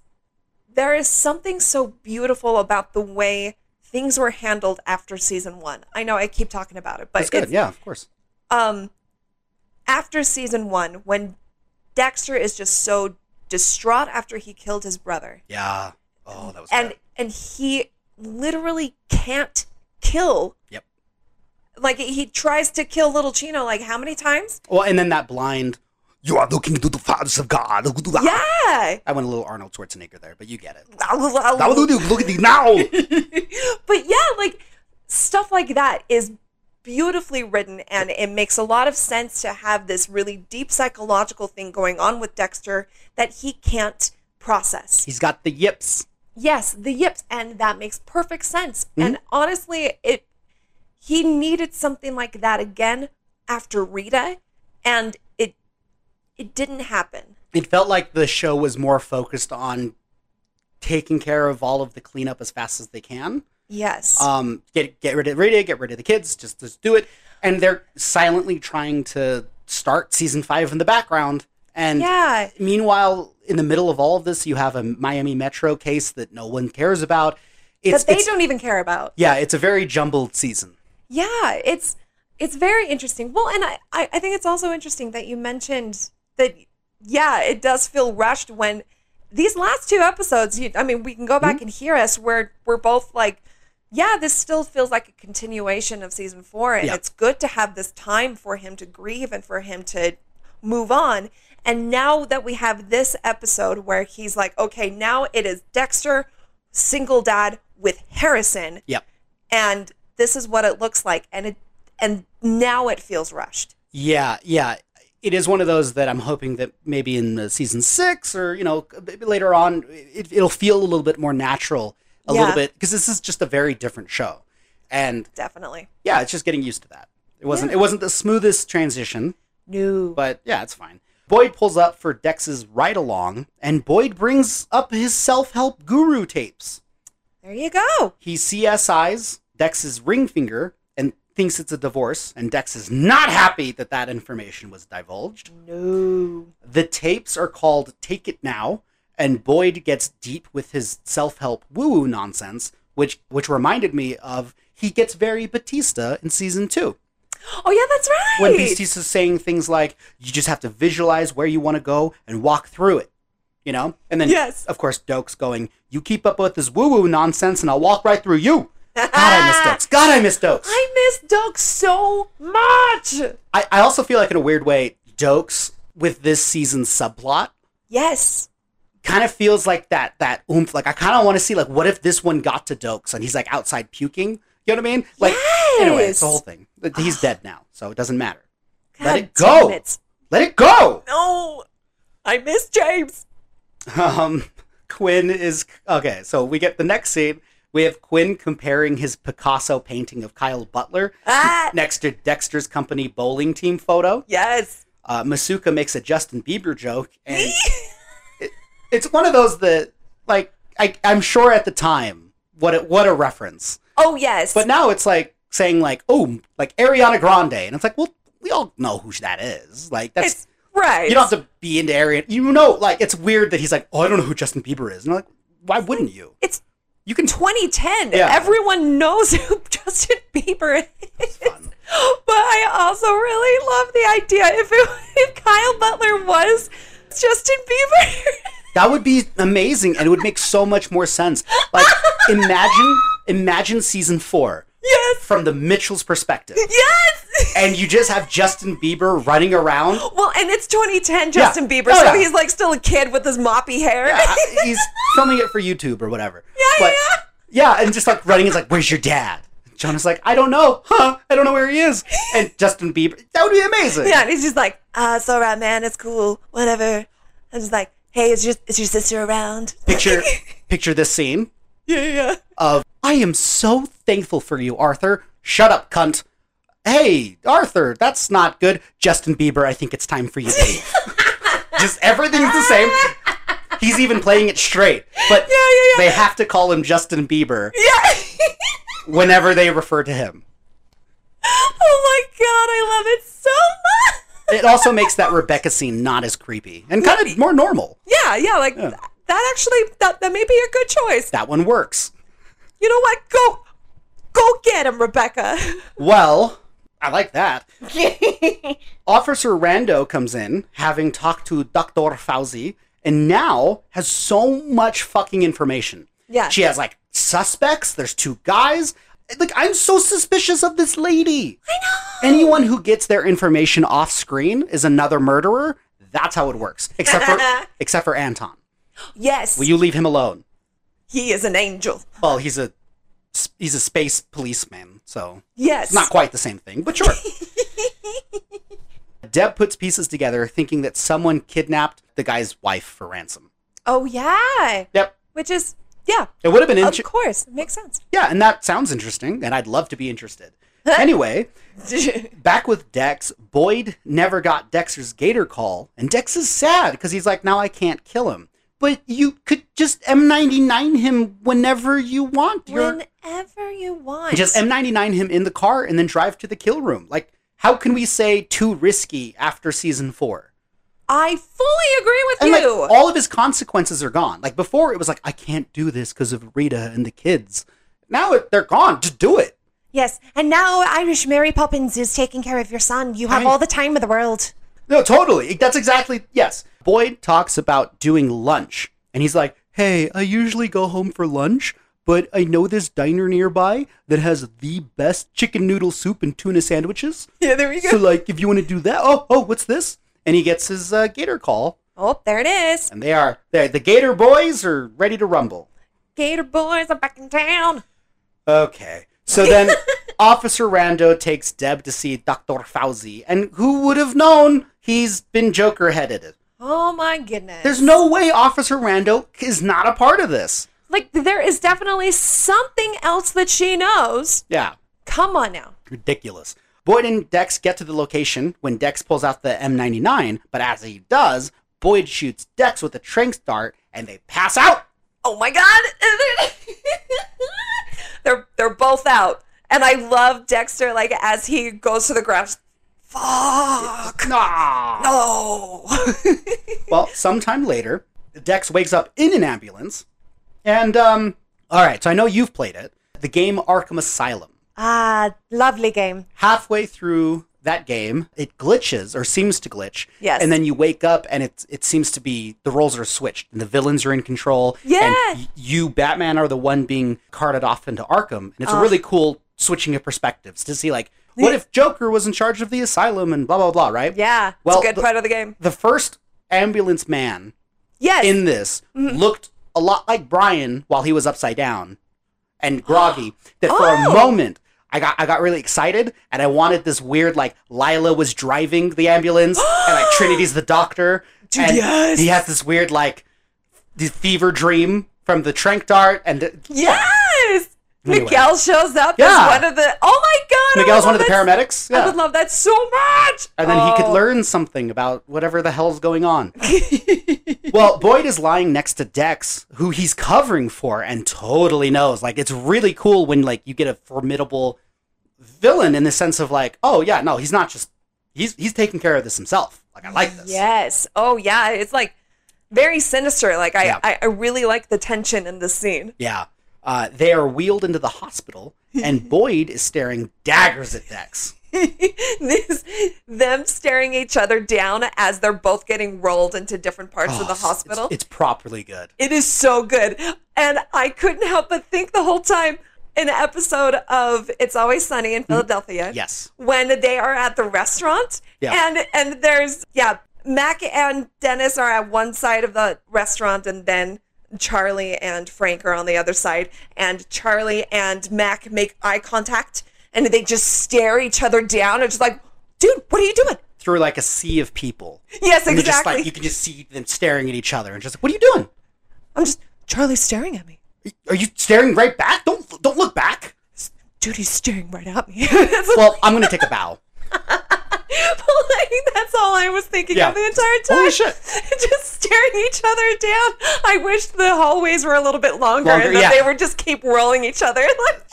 there is something so beautiful about the way things were handled after season 1. I know I keep talking about it, but That's good. it's yeah, of course. um after season 1 when Dexter is just so distraught after he killed his brother. Yeah. Oh, that was and bad. and he literally can't kill. Yep. Like he tries to kill little Chino like how many times? Well, and then that blind you are looking to the fathers of God. Yeah. I went a little Arnold Schwarzenegger there, but you get it. Now but look- Look at these <laughs> now. yeah, like stuff like that is beautifully written and it makes a lot of sense to have this really deep psychological thing going on with Dexter that he can't process. He's got the yips. Yes, the yips, and that makes perfect sense. Mm-hmm. And honestly, it he needed something like that again after Rita, and it it didn't happen. It felt like the show was more focused on taking care of all of the cleanup as fast as they can. Yes, um, get get rid of Rita, get rid of the kids, just just do it. And they're silently trying to start season five in the background. And yeah, meanwhile, in the middle of all of this, you have a Miami Metro case that no one cares about. It's, that they it's- don't even care about. yeah, it's a very jumbled season. Yeah, it's it's very interesting. Well, and I I I think it's also interesting that you mentioned that. Yeah, it does feel rushed when these last two episodes. You, I mean, we can go back and hear us where we're both like, yeah, this still feels like a continuation of season four, and Yeah. it's good to have this time for him to grieve and for him to move on. And now that we have this episode where he's like, okay, now it is Dexter, single dad with Harrison Yep. and this is what it looks like and it and now it feels rushed Yeah, yeah. It is one of those that I'm hoping that maybe in the season six or you know a bit later on, it, it'll feel a little bit more natural, a Yeah. little bit because this is just a very different show, and definitely yeah, it's just getting used to that. It wasn't it wasn't the smoothest transition, no but yeah, it's fine. Boyd pulls up for Dex's ride along, and Boyd brings up his self help guru tapes. there you go He CSIs Dex's ring finger and thinks it's a divorce, and Dex is not happy that that information was divulged. No. The tapes are called Take It Now, and Boyd gets deep with his self help woo woo nonsense, which, which reminded me of he gets very Batista in season two. Oh yeah, that's right. When Batista's saying things like, you just have to visualize where you want to go and walk through it, you know? And then, Yes. of course, Doak's going, you keep up with this woo woo nonsense and I'll walk right through you. God, I miss Dokes. God, I miss Dokes. I miss Doug so much. I, I also feel like in a weird way, Dokes with this season's subplot Yes. kind of feels like that that oomph. Like I kind of want to see like what if this one got to Dokes and he's like outside puking. You know what I mean? Like anyway, it's the Yes. whole thing. But He's dead now, so it doesn't matter. God Let it damn go. it. Let it go. No. I miss James. Um, Quinn is okay. So we get the next scene. We have Quinn comparing his Picasso painting of Kyle Butler Ah. next to Dexter's company bowling team photo. Yes. uh, Masuka makes a Justin Bieber joke, and it- it's one of those that, like, I, I'm sure at the time what a, what a reference, <laughs> Oh yes. but now it's like saying like, oh, like Ariana Grande, and it's like, well, we all know who that is. Like, that's it's right. you don't have to be into Ariana. You know, like, it's weird that he's like, oh, I don't know who Justin Bieber is, and I'm like, why wouldn't you? it's You can. 2010. Yeah. Everyone knows <laughs> who Justin Bieber is. fun. <laughs> But I also really love the idea if it, <laughs> if Kyle Butler was Justin Bieber. <laughs> That would be amazing, and it would make so much more sense. Like, imagine, imagine season four yes. from the Mitchell's perspective. Yes. and you just have Justin Bieber running <laughs> around. Well, and it's 2010 Justin Bieber, Oh, so yeah. he's like still a kid with his moppy hair. <laughs> Uh, He's filming it for YouTube or whatever. Yeah, yeah. yeah, and just like running is like, "Where's your dad?" Jonah's like, "I don't know, huh? I don't know where he is." And Justin Bieber, that would be amazing. Yeah, and he's just like, ah, it's all right, man. It's cool. Whatever. I'm just like, hey, is your, is your sister around? <laughs> Picture, picture this scene <laughs> yeah, yeah. of, "I am so thankful for you, Arthur. Shut up, cunt." Hey, Arthur, that's not good. Justin Bieber, I think it's time for you <laughs> to leave. just everything's the same. He's even playing it straight, but yeah, yeah. they have to call him Justin Bieber. <laughs> Yeah. <laughs> whenever they refer to him. oh my God, I love it so much. It also makes that Rebecca scene not as creepy and kind of more normal. Yeah, yeah, like th- that actually, that, that may be a good choice. That one works. You know what? Go, go get him, Rebecca. Well, I like that. Officer Rando comes in, having talked to Dr. Fauci, and now has so much fucking information. Yeah. She has like suspects, there's two guys. Like, I'm so suspicious of this lady. I know. Anyone who gets their information off screen is another murderer. That's how it works. Except <laughs> for except for Anton. yes, Will you leave him alone? he is an angel. Well, he's a he's a space policeman, so Yes. it's not quite the same thing, but sure. <laughs> Deb puts pieces together, thinking that someone kidnapped the guy's wife for ransom. oh, yeah. Yep, Which is, yeah, it would have been of interesting. course. Makes sense. yeah, and that sounds interesting, and I'd love to be <laughs> interested. anyway, back with Dex, Boyd never got Dexter's Gator call, and Dex is sad because he's like, now I can't kill him. But you could just M99 him whenever you want. <laughs> You're- Whenever you want. And just M99 him in the car and then drive to the kill room. Like, how can we say too risky after season four? I fully agree with And like, you. all of his consequences are gone. Like before, it was like I can't do this because of Rita and the kids. Now it, they're gone. Just do it. yes, and now Irish Mary Poppins is taking care of your son. You have I- all the time in the world. No, totally. That's exactly yes. Boyd talks about doing lunch, and he's like, "Hey, I usually go home for lunch." But I know this diner nearby that has the best chicken noodle soup and tuna sandwiches. Yeah, there we So like, if you want to do that, oh, oh, what's this? And he gets his uh, Gator call, Oh, there it is. and they are they the Gator boys are ready to rumble. Gator boys are back in town. Okay, so then Officer Rando takes Deb to see Doctor Fauci, and who would have known he's been Joker headed? Oh my goodness. There's no way Officer Rando is not a part of this. like there is definitely something else that she knows. Yeah, Come on now. ridiculous. Boyd and Dex get to the location when Dex pulls out the M99, but as he does, Boyd shoots Dex with a trank dart, and they pass out. <laughs> Oh my god. they're they're both out. And I love Dexter, like, as he goes to the ground. Fuck. Nah. No. <laughs> Well, sometime later, Dex wakes up in an ambulance, and um, all right. So I know you've played it, the game Arkham Asylum. ah, lovely game. Halfway through that game, it glitches or seems to glitch. Yes. And then you wake up, and it it seems to be the roles are switched, and the villains are in control. Yeah. And y- you, Batman, are the one being carted off into Arkham, and it's a really cool switching of perspectives to see like what if Joker was in charge of the asylum and blah blah blah, right? Yeah. It's Well, a good the- part of the game. The first ambulance man Yes. in this looked a lot like Brian while he was upside down <gasps> and groggy that for a Oh. moment I got I got really excited and I wanted this weird like Lila was driving the ambulance <gasps> and like Trinity's the doctor and yes. he has this weird like the fever dream from the Trank dart and the, yeah yes. Anyway. Miguel shows up as Yeah. one of the. Oh my God. I Miguel's would one of the love that paramedics I yeah would love that so much. and then he could Oh. learn something about whatever the hell's <laughs> going on. well, Boyd is lying next to Dex, who he's covering for and totally knows. Like it's really cool when like you get a formidable villain in the sense of like, oh yeah, no, he's not just he's he's taking care of this himself. Like I like this. Yes. Oh yeah. It's like very sinister. Like I, Yeah. I, I really like the tension in this scene. <laughs> Yeah. Uh, they are wheeled into the hospital, <laughs> and Boyd is staring daggers at Dex. this them staring each other down as they're both getting rolled into different parts of the Oh, It's- hospital. It's, it's properly good. It is so good. And I couldn't help but think the whole time an episode of It's Always Sunny in Philadelphia. Mm-hmm. Yes. When they are at the restaurant Yeah. and and there's yeah, Mac and Dennis are at one side of the restaurant and then Charlie and Frank are on the other side and Charlie and Mac make eye contact and they just stare each other down and just like, "Dude, what are you doing?" <laughs> Through like a sea of people. Yes, And they're just exactly. like you can just see them staring at each other and just like, what are you doing? I'm just Charlie's staring at me. Are you staring right back? Don't don't look back. Dude, he's staring right at me. <laughs> It's like- Well, I'm gonna take a bow. <laughs> like, that's all I was thinking Yeah. of the entire time. Holy shit. <laughs> just staring each other down. I wish the hallways were a little bit longer, Longer, and that yeah. they would just keep rolling each other. <laughs> Like,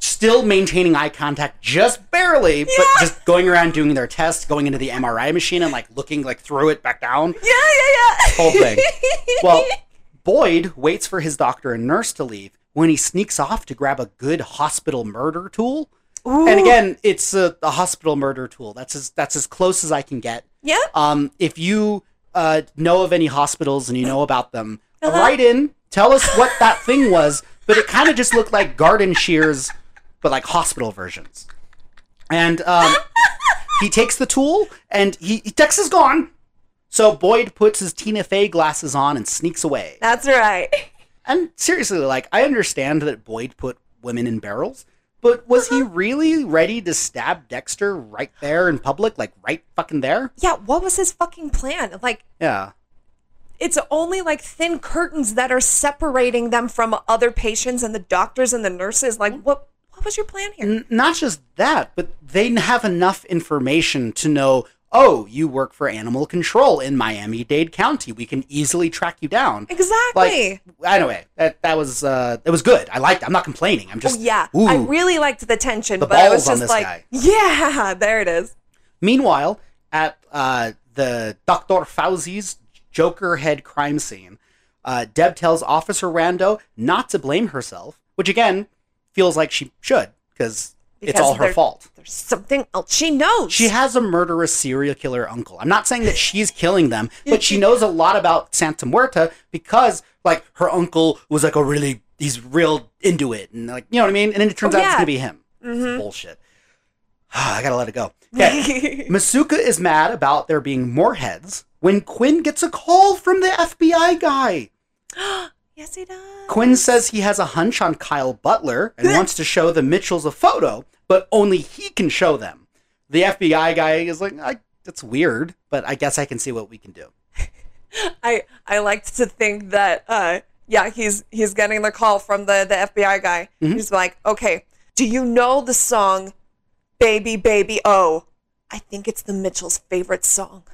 Still maintaining eye contact just barely, but Yeah. just going around doing their test, going into the MRI machine and like looking like through it back down. yeah, yeah, yeah. Whole <laughs> thing. Well, Boyd waits for his doctor and nurse to leave when he sneaks off to grab a good hospital murder tool. And again, it's a, a hospital murder tool. That's as that's as close as I can get. Yeah. Um, if you uh, know of any hospitals and you know about them, write in. Tell us what that thing was. But it kind of just looked like garden shears, but like hospital versions. And um, he takes the tool, and he, he Dex is gone. So Boyd puts his Tina Fey glasses on and sneaks away. That's right. And seriously, like I understand that Boyd put women in barrels, but was he really ready to stab Dexter right there in public, like right fucking there? Yeah, what was his fucking plan? Like, Yeah. it's only like thin curtains that are separating them from other patients and the doctors and the nurses. Like, what? What was your plan here? Hmm? N- not just that, but they n- have enough information to know. Oh, you work for animal control in Miami Dade County. We can easily track you down. Exactly. Like anyway, that that was uh, it was good. I liked. I'm not complaining. I'm just Oh, yeah, Ooh. I really liked the tension, The but I was balls on just this like, guy. <laughs> yeah, there it is. Meanwhile, at uh, the Dr. Fauci's Joker head crime scene, uh, Deb tells Officer Rando not to blame herself, which again feels like she should because it's Because all her they're- fault. There's something else she knows. She has a murderous serial killer uncle. I'm not saying that she's killing them, but she knows a lot about Santa Muerta because, like, her uncle was like a really, he's real into it. And, like, you know what I mean? And then it turns Oh, out it's yeah. going to be him. It's bullshit. <sighs> I got to let it go. Okay. Masuka is mad about there being more heads when Quinn gets a call from the FBI guy. yes, he does. Quinn says he has a hunch on Kyle Butler and wants to show the Mitchells a photo, but only he can show them. The FBI guy is like, I, that's weird, but I guess I can see what we can do. I I liked to think that uh yeah, he's he's getting the call from the the FBI guy. Mm-hmm. He's like, "Okay, do you know the song Baby Baby Oh? I think it's the Mitchells' favorite song.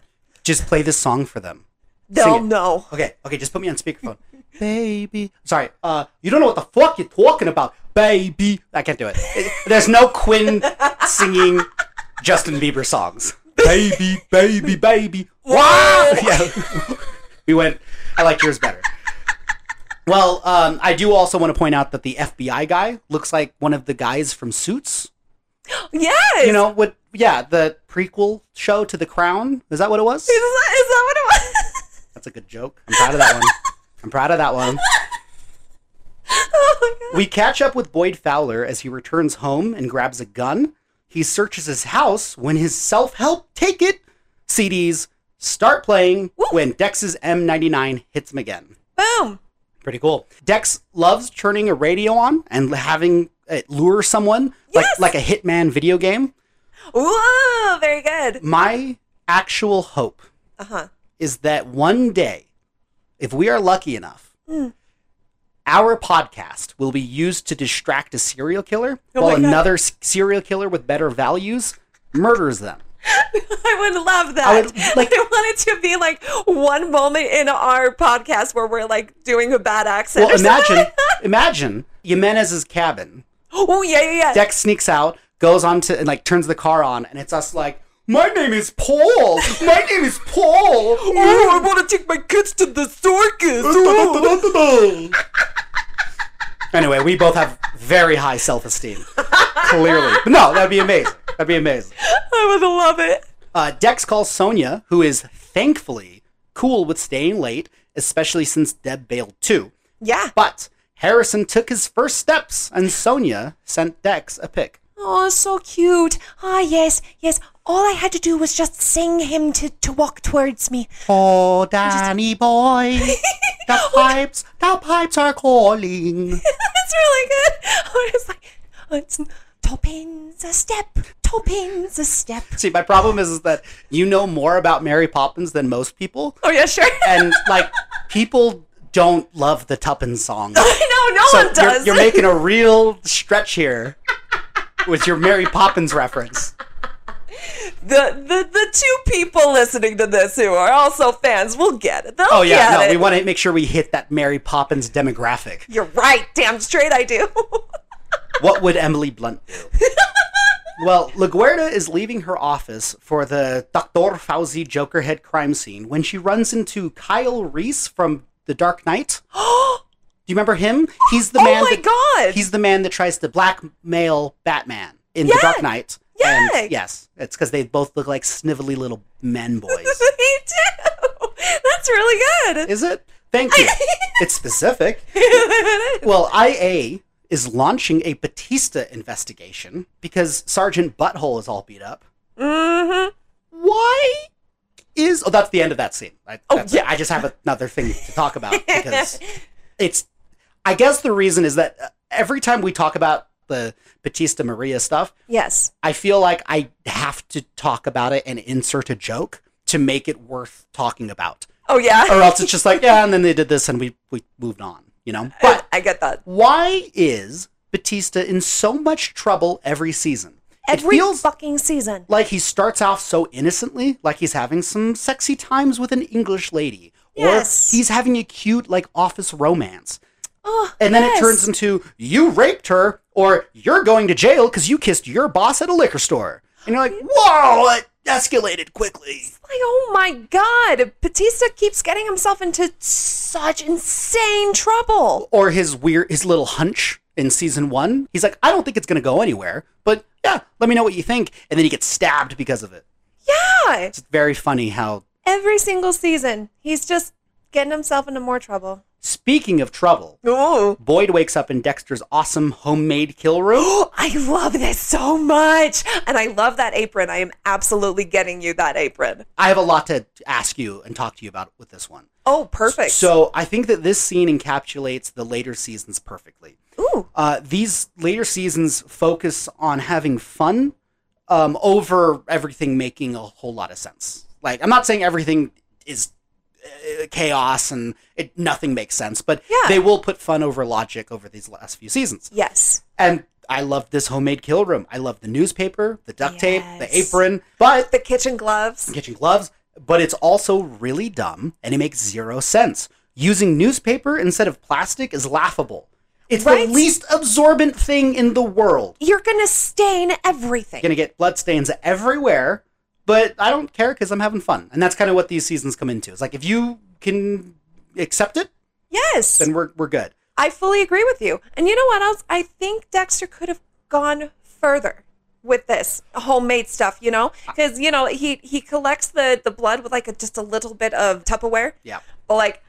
Just play this song for them. They'll it. <laughs> know." Okay, okay, just put me on speakerphone. Baby. Sorry, uh, you don't know what the fuck you're talking about. baby. I can't do it. It- There's no Quinn singing Justin Bieber songs. Baby, baby, baby. Wow. Yeah. we went. I liked yours better. Well, um, I do also want to point out that the FBI guy looks like one of the guys from Suits. Yes. You know what? Yeah, the prequel show to The Crown. Is that what it was? Is that, is that what it was? <laughs> That's a good joke. I'm proud of that one. I'm proud of that one. oh my god. We catch up with Boyd Fowler as he returns home and grabs a gun. He searches his house when his self help take it CDs start playing when Dex's M99 hits him again. Boom. Pretty cool. Dex loves turning a radio on and having it lure someone like Yes! like a Hitman video game. Whoa. Very Mm. good. My actual hope Uh huh. is that one day, if we are lucky enough, Hmm. our podcast will be used to distract a serial killer Oh while my God. another s- serial killer with better values murders them. I would love that. <laughs> I I, would, like- want it to be like one moment in our podcast where we're like doing a bad accent. Well, or something. imagine, <laughs> imagine Jimenez's cabin. Oh yeah, yeah, yeah. Dex sneaks out, goes on to and like turns the car on, and it's us like, my name is Paul. My name is <laughs> Paul. Oh, I want to take my kids to the <laughs> circus. <laughs> Ooh. anyway, we both have very high self esteem. Clearly. But no, that'd be amazing. That'd be amazing. I would love it. Uh, Dex calls Sonia, who is thankfully cool with staying late, especially since Deb bailed too. Yeah. But Harrison took his first steps, and Sonia sent Dex a pic. Oh, so cute. Ah, yes, yes. All I had to do was just sing him to, to walk towards me. <laughs> Oh, Danny <laughs> boy, the pipes, the pipes are calling. It's really good. <laughs> I was like, oh, it's Topin's a step, Topin's a step. See, my problem is, is that you know more about Mary Poppins than most people, Oh, yeah, <laughs> sure. <laughs> and like people don't love the Tuppence song. no, no So one does. You're, you're making a real stretch here with your Mary Poppins reference. the, the, the two people listening to this who are also fans will get it. They'll Oh yeah, get no, it. we want to make sure we hit that Mary Poppins demographic. You're right. Damn straight I do. <laughs> What would Emily Blunt do? well, LaGuardia is leaving her office for the Dr. Fauci Jokerhead crime scene when she runs into Kyle Reese from The Dark <gasps> Knight. Do you remember him? He's the man Oh my that, God. He's the man that tries to blackmail Batman in The Dark Knight. Yeah. And yes, it's because they both look like snivelly little <laughs> men boys. they do. That's really good. Is it? Thank <laughs> you. it's specific. well, IA is launching a Batista investigation because Sergeant Butthole is all beat up. Mm-hmm. Why is. Oh, that's the end of that scene. I, oh, yeah. I just have another thing to talk about because it's. I guess the reason is that uh, every time we talk about the Batista Maria stuff, Yes. I feel like I have to talk about it and insert a joke to make it worth talking about Oh, yeah. <laughs> or else it's just like yeah and then they did this and we we moved on you know but I get that. why is batista in so much trouble every season Every it feels fucking season. like he starts off so innocently like he's having some sexy times with an english lady Yes. or he's having a cute like office romance Oh, and then yes. it turns into you raped her or you're going to jail because you kissed your boss at a liquor store and you're like whoa it escalated quickly like, oh my god, Batista keeps getting himself into such insane trouble. or his weird his little hunch in season one. He's like, I don't think it's gonna go anywhere, but yeah, let me know what you think. And then he gets stabbed because of it. Yeah, It's very funny how every single season, he's just getting himself into more trouble. speaking of trouble, Ooh. Boyd wakes up in Dexter's awesome homemade <gasps> kill room. Oh, I love this so much. And I love that apron. I am absolutely getting you that apron. I have a lot to ask you and talk to you about with this one. Oh, perfect. So I think that this scene encapsulates the later seasons perfectly. Ooh. Uh, these later seasons focus on having fun um, over everything making a whole lot of sense. Like, I'm not saying everything is uh, chaos and it, nothing makes sense, but Yeah. they will put fun over logic over these last few seasons. Yes. And I loved this homemade kill room. I loved the newspaper, the duct tape, the Yes. apron, but The kitchen gloves. kitchen gloves, but it's also really dumb and it makes zero sense. Using newspaper instead of plastic is laughable. It's Right? the least absorbent thing in the world. You're gonna stain everything. Gonna get bloodstains everywhere, but I don't care because I'm having fun. And that's kind of what these seasons come into. It's like if you can accept it, yes. then we're we're good. I fully agree with you. And you know what else? I think Dexter could have gone further with this homemade stuff, you know? Cuz you know, he he collects the the blood with like a, just a little bit of Tupperware. Yeah. But like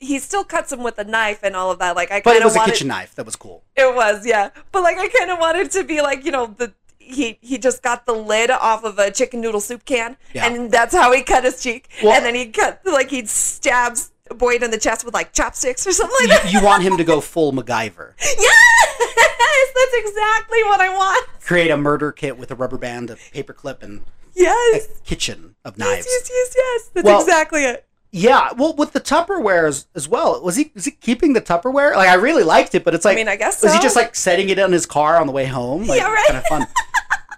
he still cuts him with a knife and all of that. Like I But kind it of was a wanted kitchen knife. That was cool. it was, yeah. But like I kind of wanted to be like, you know, the he he just got the lid off of a chicken noodle soup can Yeah. and that's how he cut his cheek. Well- and then he cut like he stabs Boyd in the chest with like chopsticks or something like You, that. you want him to go full MacGyver. <laughs> Yes, that's exactly what I want. Create a murder kit with a rubber band, a paperclip, and a Yes, kitchen of yes, knives. yes, yes, yes. That's Well- exactly it. Yeah, well, with the Tupperware as, as well. Was he was he keeping the Tupperware? Like, I really liked it, but it's like, mean, I guess was he so. just like setting it on his car on the way home? Like, Yeah, right. Kind of <laughs> fun.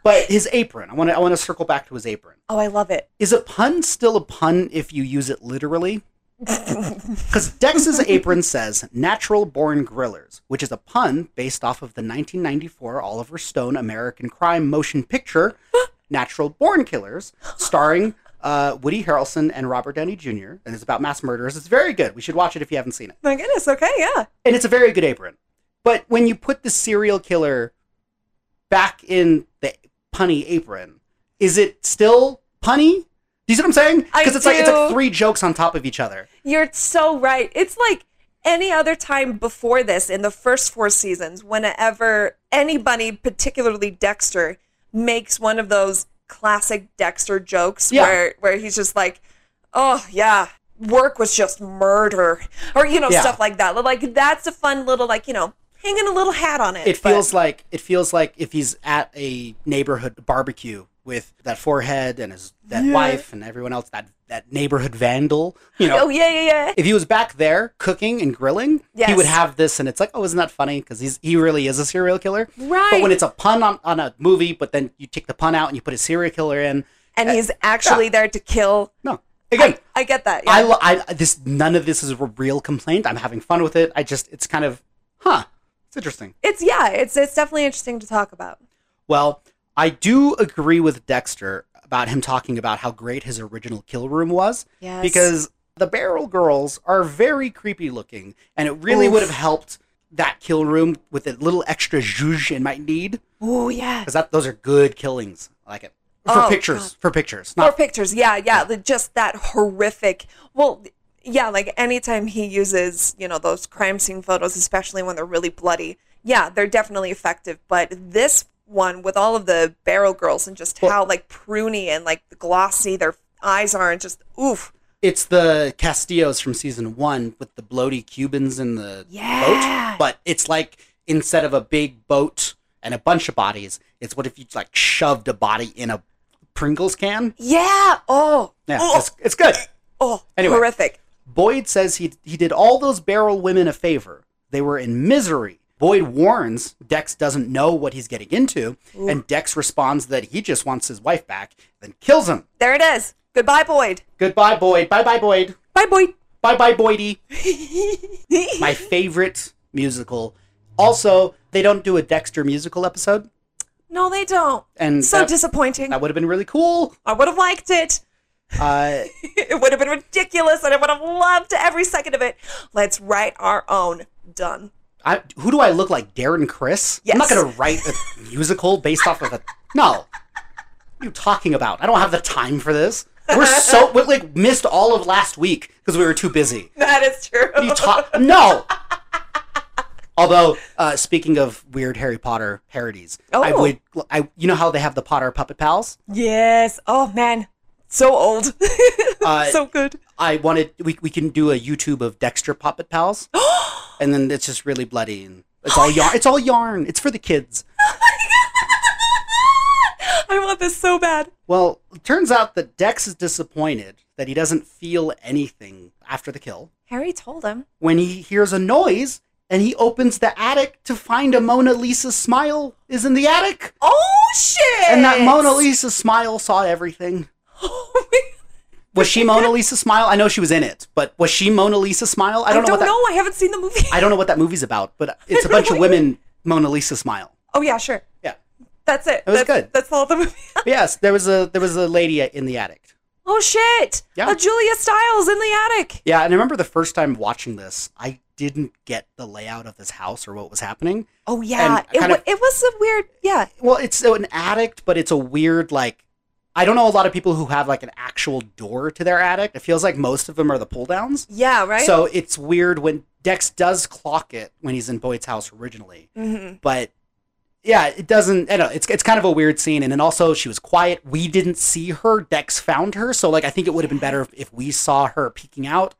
but his apron. I want to I want to circle back to his apron. Oh, I love it. Is a pun still a pun if you use it literally? Because Dex's apron says natural born grillers, which is a pun based off of the 1994 Oliver Stone American crime motion picture, Natural Born Killers, starring uh, Woody Harrelson and Robert Downey Jr., and it's about mass murderers. It's very good. We should watch it if you haven't seen it. My goodness. Okay, yeah. And it's a very good apron. But when you put the serial killer back in the punny apron, is it still punny? Do you see what I'm saying? I Because it's like it's like do. three jokes on top of each other. You're so right. It's like any other time before this in the first four seasons, whenever anybody, particularly Dexter, makes one of those classic Dexter jokes Yeah. where where he's just like, Oh yeah, work was just murder or you know, Yeah. stuff like that. Like that's a fun little like, you know, hanging a little hat on it. It but- feels like it feels like if he's at a neighborhood barbecue with that forehead and his that wife and everyone else, that that neighborhood vandal, you know. Oh yeah, yeah, yeah. If he was back there cooking and grilling, he Yes. would have this, and it's like, oh, isn't that funny? Because he's he really is a serial killer. But when Right. it's a pun on, on a movie, but then you take the pun out and you put a serial killer in, And he's actually there to kill. no, again, I get that. Yeah. I, lo- I this none of this is a real complaint. I'm having fun with it. I just it's kind of huh, it's interesting. it's yeah, it's it's definitely interesting to talk about. Well, I do agree with Dexter about him talking about how great his original kill room was. Yes. Because the barrel girls are very creepy looking, and it really Oof. would have helped that kill room with a little extra zhuzh it might need. Oh yeah. Because that those are good killings. I like it. For Oh, pictures. For pictures. More Not pictures. Yeah, yeah, the- just that horrific. Well, yeah, like anytime he uses, you know, those crime scene photos, especially when they're really bloody. Yeah, they're definitely effective, but this one with all of the barrel girls and just how like pruny and like glossy their eyes are and just oof. it's the Castillos from season one with the bloaty Cubans in the Yeah. boat. But it's like instead of a big boat and a bunch of bodies, it's what if you like shoved a body in a Pringles can? Yeah. Oh. Yeah, oh, it's, it's good. oh, Anyway. horrific. Boyd says he he did all those barrel women a favor. They were in misery. Boyd warns Dex doesn't know what he's getting into, and Dex responds that he just wants his wife back, then kills him. There it is. Goodbye, Boyd. Goodbye, Boyd. Bye bye, Boyd. Bye, Boyd. Bye bye, Boydie. <laughs> My favorite musical. Also, they don't do a Dexter musical episode, No, they don't. and so that, disappointing. that would have been really cool. I would have liked it. Uh, It would have been ridiculous, and I would have loved every second of it. Let's write our own. Done. <laughs> I, who do I look like, Darren Chris? I'm not Yes. going to write a musical based off of a. No, what are you talking about? I don't have the time for this. We're so we like missed all of last week because we were too busy. That is true. You talk no. Although, uh, speaking of weird Harry Potter parodies, I Oh. would I you know how they have the Potter puppet pals. <laughs> yes. Oh man, so old. <laughs> Uh, so good. I wanted we we can do a YouTube of Dexter puppet <gasps> pals, and then it's just really bloody and it's all yarn. It's all yarn. It's for the kids. I want this so bad. Well, it turns out that Dex is disappointed that he doesn't feel anything after the kill Harry told him. when he hears a noise and he opens the attic to find a Mona Lisa smile is in the attic. Oh shit! And that Mona Lisa smile saw everything. <gasps> Oh, my- Was she <laughs> Mona Lisa Smile? I know she was in it, but was she Mona Lisa Smile? I don't know. what that, I haven't seen the movie. I don't know what that movie's about, but <laughs> it's a don't bunch of know women Mona Lisa Smile. oh yeah, sure. Yeah. That's it. was that's, good. That's all the movie. <laughs> But yes, there was a there was a lady in the attic. oh shit! Yeah. A Julia Stiles in the attic. Yeah, and I remember the first time watching this, I didn't get the layout of this house or what was happening. Oh yeah, And it, kind wa- of- it was a weird. Yeah, Well, it's an attic, but it's a weird like I don't know a lot of people who have like an actual door to their attic. It feels like most of them are the pull downs. yeah, right. So it's weird when Dex does clock it when he's in Boyd's house originally, Mhm. but yeah, it doesn't. I don't know. It's it's kind of a weird scene, and then also she was quiet. We didn't see her. Dex found her, so like I think it would have been better if, if we saw her peeking out,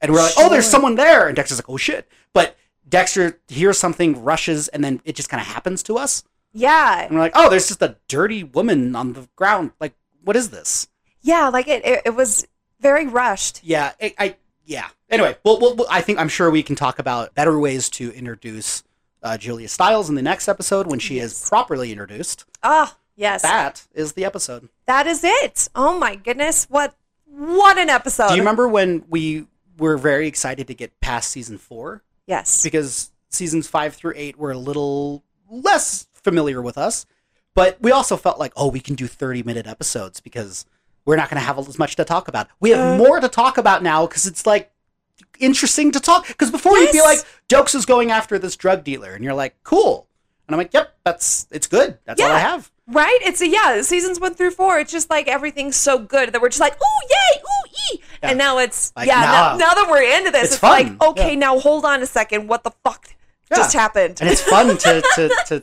and we're like, oh, there's Sure. someone there, and Dex is like, oh shit, but. Dexter hears something, rushes, and then it just kind of happens to us. yeah, And we're like, oh, there's just a dirty woman on the ground. Like, what is this? yeah. Like it, it, it was very rushed. Yeah, I, I yeah. Anyway, well, well, well, I think I'm sure we can talk about better ways to introduce uh, Julia Stiles in the next episode when she is properly introduced. Ah, yes. That is the episode. that is it. Oh my goodness, what what an episode. Do you remember when we were very excited to get past season four Yes. because seasons five through eight were a little less familiar with us, but we also felt like, oh, we can do 30 minute episodes because we're not going to have as much to talk about. We have Uh, more to talk about now because it's like interesting to talk. Because before you'd be Yes. like, Jokes is going after this drug dealer, and you're like, cool. And I'm like, yep, that's it's good. That's all I Yeah. have. Right? It's a, yeah, seasons one through four. It's just like everything's so good that we're just like, ooh, yay, ooh, ee. And now it's, Like, yeah, nah. now, now that we're into this, It's it's, fun. like, okay, now hold on a second. What the fuck just Yeah. happened? And it's fun to, to, to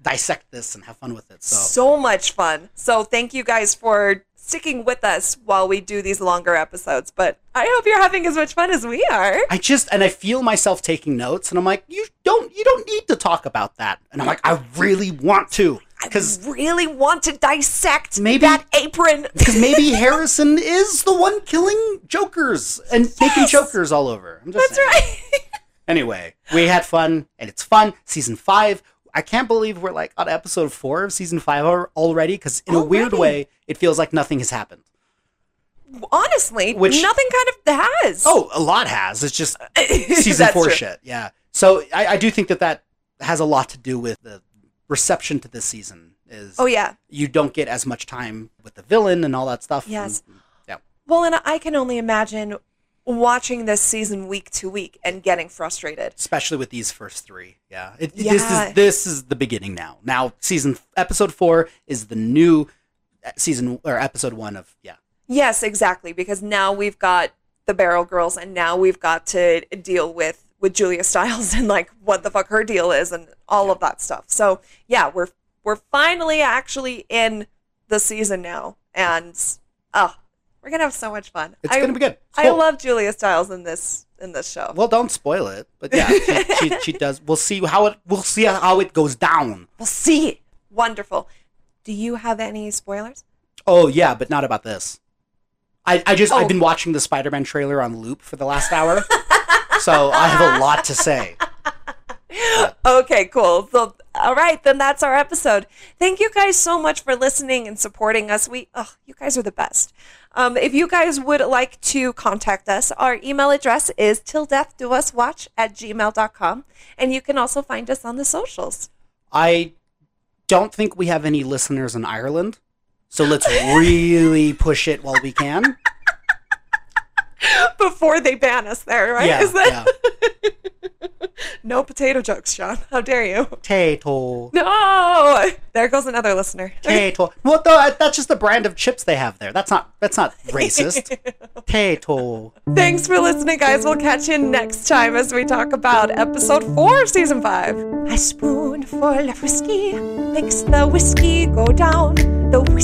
dissect this and have fun with it. <laughs> So, so much fun. So thank you guys for sticking with us while we do these longer episodes. But I hope you're having as much fun as we are. I just and I feel myself taking notes, and I'm like, you don't you don't need to talk about that. And I'm like, I really want to because I really want to dissect Maybe- that <laughs> apron. Because maybe Harrison is the one killing Jokers and making Jokers all over. I'm just That's saying. right. <laughs> Anyway, we had fun, and it's fun. Season five. I can't believe we're like on episode four of season five al- already. Because in a weird Already? way, it feels like nothing has happened. Honestly, Which- nothing kind of has. <laughs> Oh, a lot has. It's just season That's four true. shit. Yeah. So I, I do think that that has a lot to do with the reception to this season. Is Oh, yeah. you don't get as much time with the villain and all that stuff. Yes. And- yeah. Well, and I can only imagine watching this season week to week and getting frustrated. especially with these first three. Yeah, it, it- this Yeah. is this is the beginning now. Now season episode four is the new uh, season or episode one of yeah. Yes, exactly, because now we've got the Barrel Girls and now we've got to deal with with Julia Stiles <laughs> and like what the fuck her deal is and all of that stuff. So, yeah, we're we're finally actually in the season now and oh, we're going to have so much fun. It's I, gonna be good. It's I cool. love Julia Stiles in this in this show. Well, don't spoil it, but yeah, she, she, <laughs> she does. We'll see how it. We'll see how it goes down. we'll see. it. Wonderful. Do you have any spoilers? Oh yeah, but not about this. I, I just I've Oh. been watching the Spider-Man trailer on loop for the last hour, so I have a lot to say. Okay, cool. So, all right, then that's our episode. Thank you guys so much for listening and supporting us. We, oh, you guys are the best. Um, if you guys would like to contact us, our email address is till death do us watch at gmail.com. And you can also find us on the socials. I don't think we have any listeners in Ireland, so let's really push it while we can. Before they ban us there, <laughs> right? Yeah, Is that- yeah. No potato jokes, Sean. How dare you? Potato. No! There goes another listener. Potato. What the? That's just the brand of chips they have there. That's not. That's not <laughs> racist. Potato. Thanks for listening, guys. We'll catch you next time as we talk about episode four of season five. A spoonful of whiskey makes the whiskey go down. The whiskey.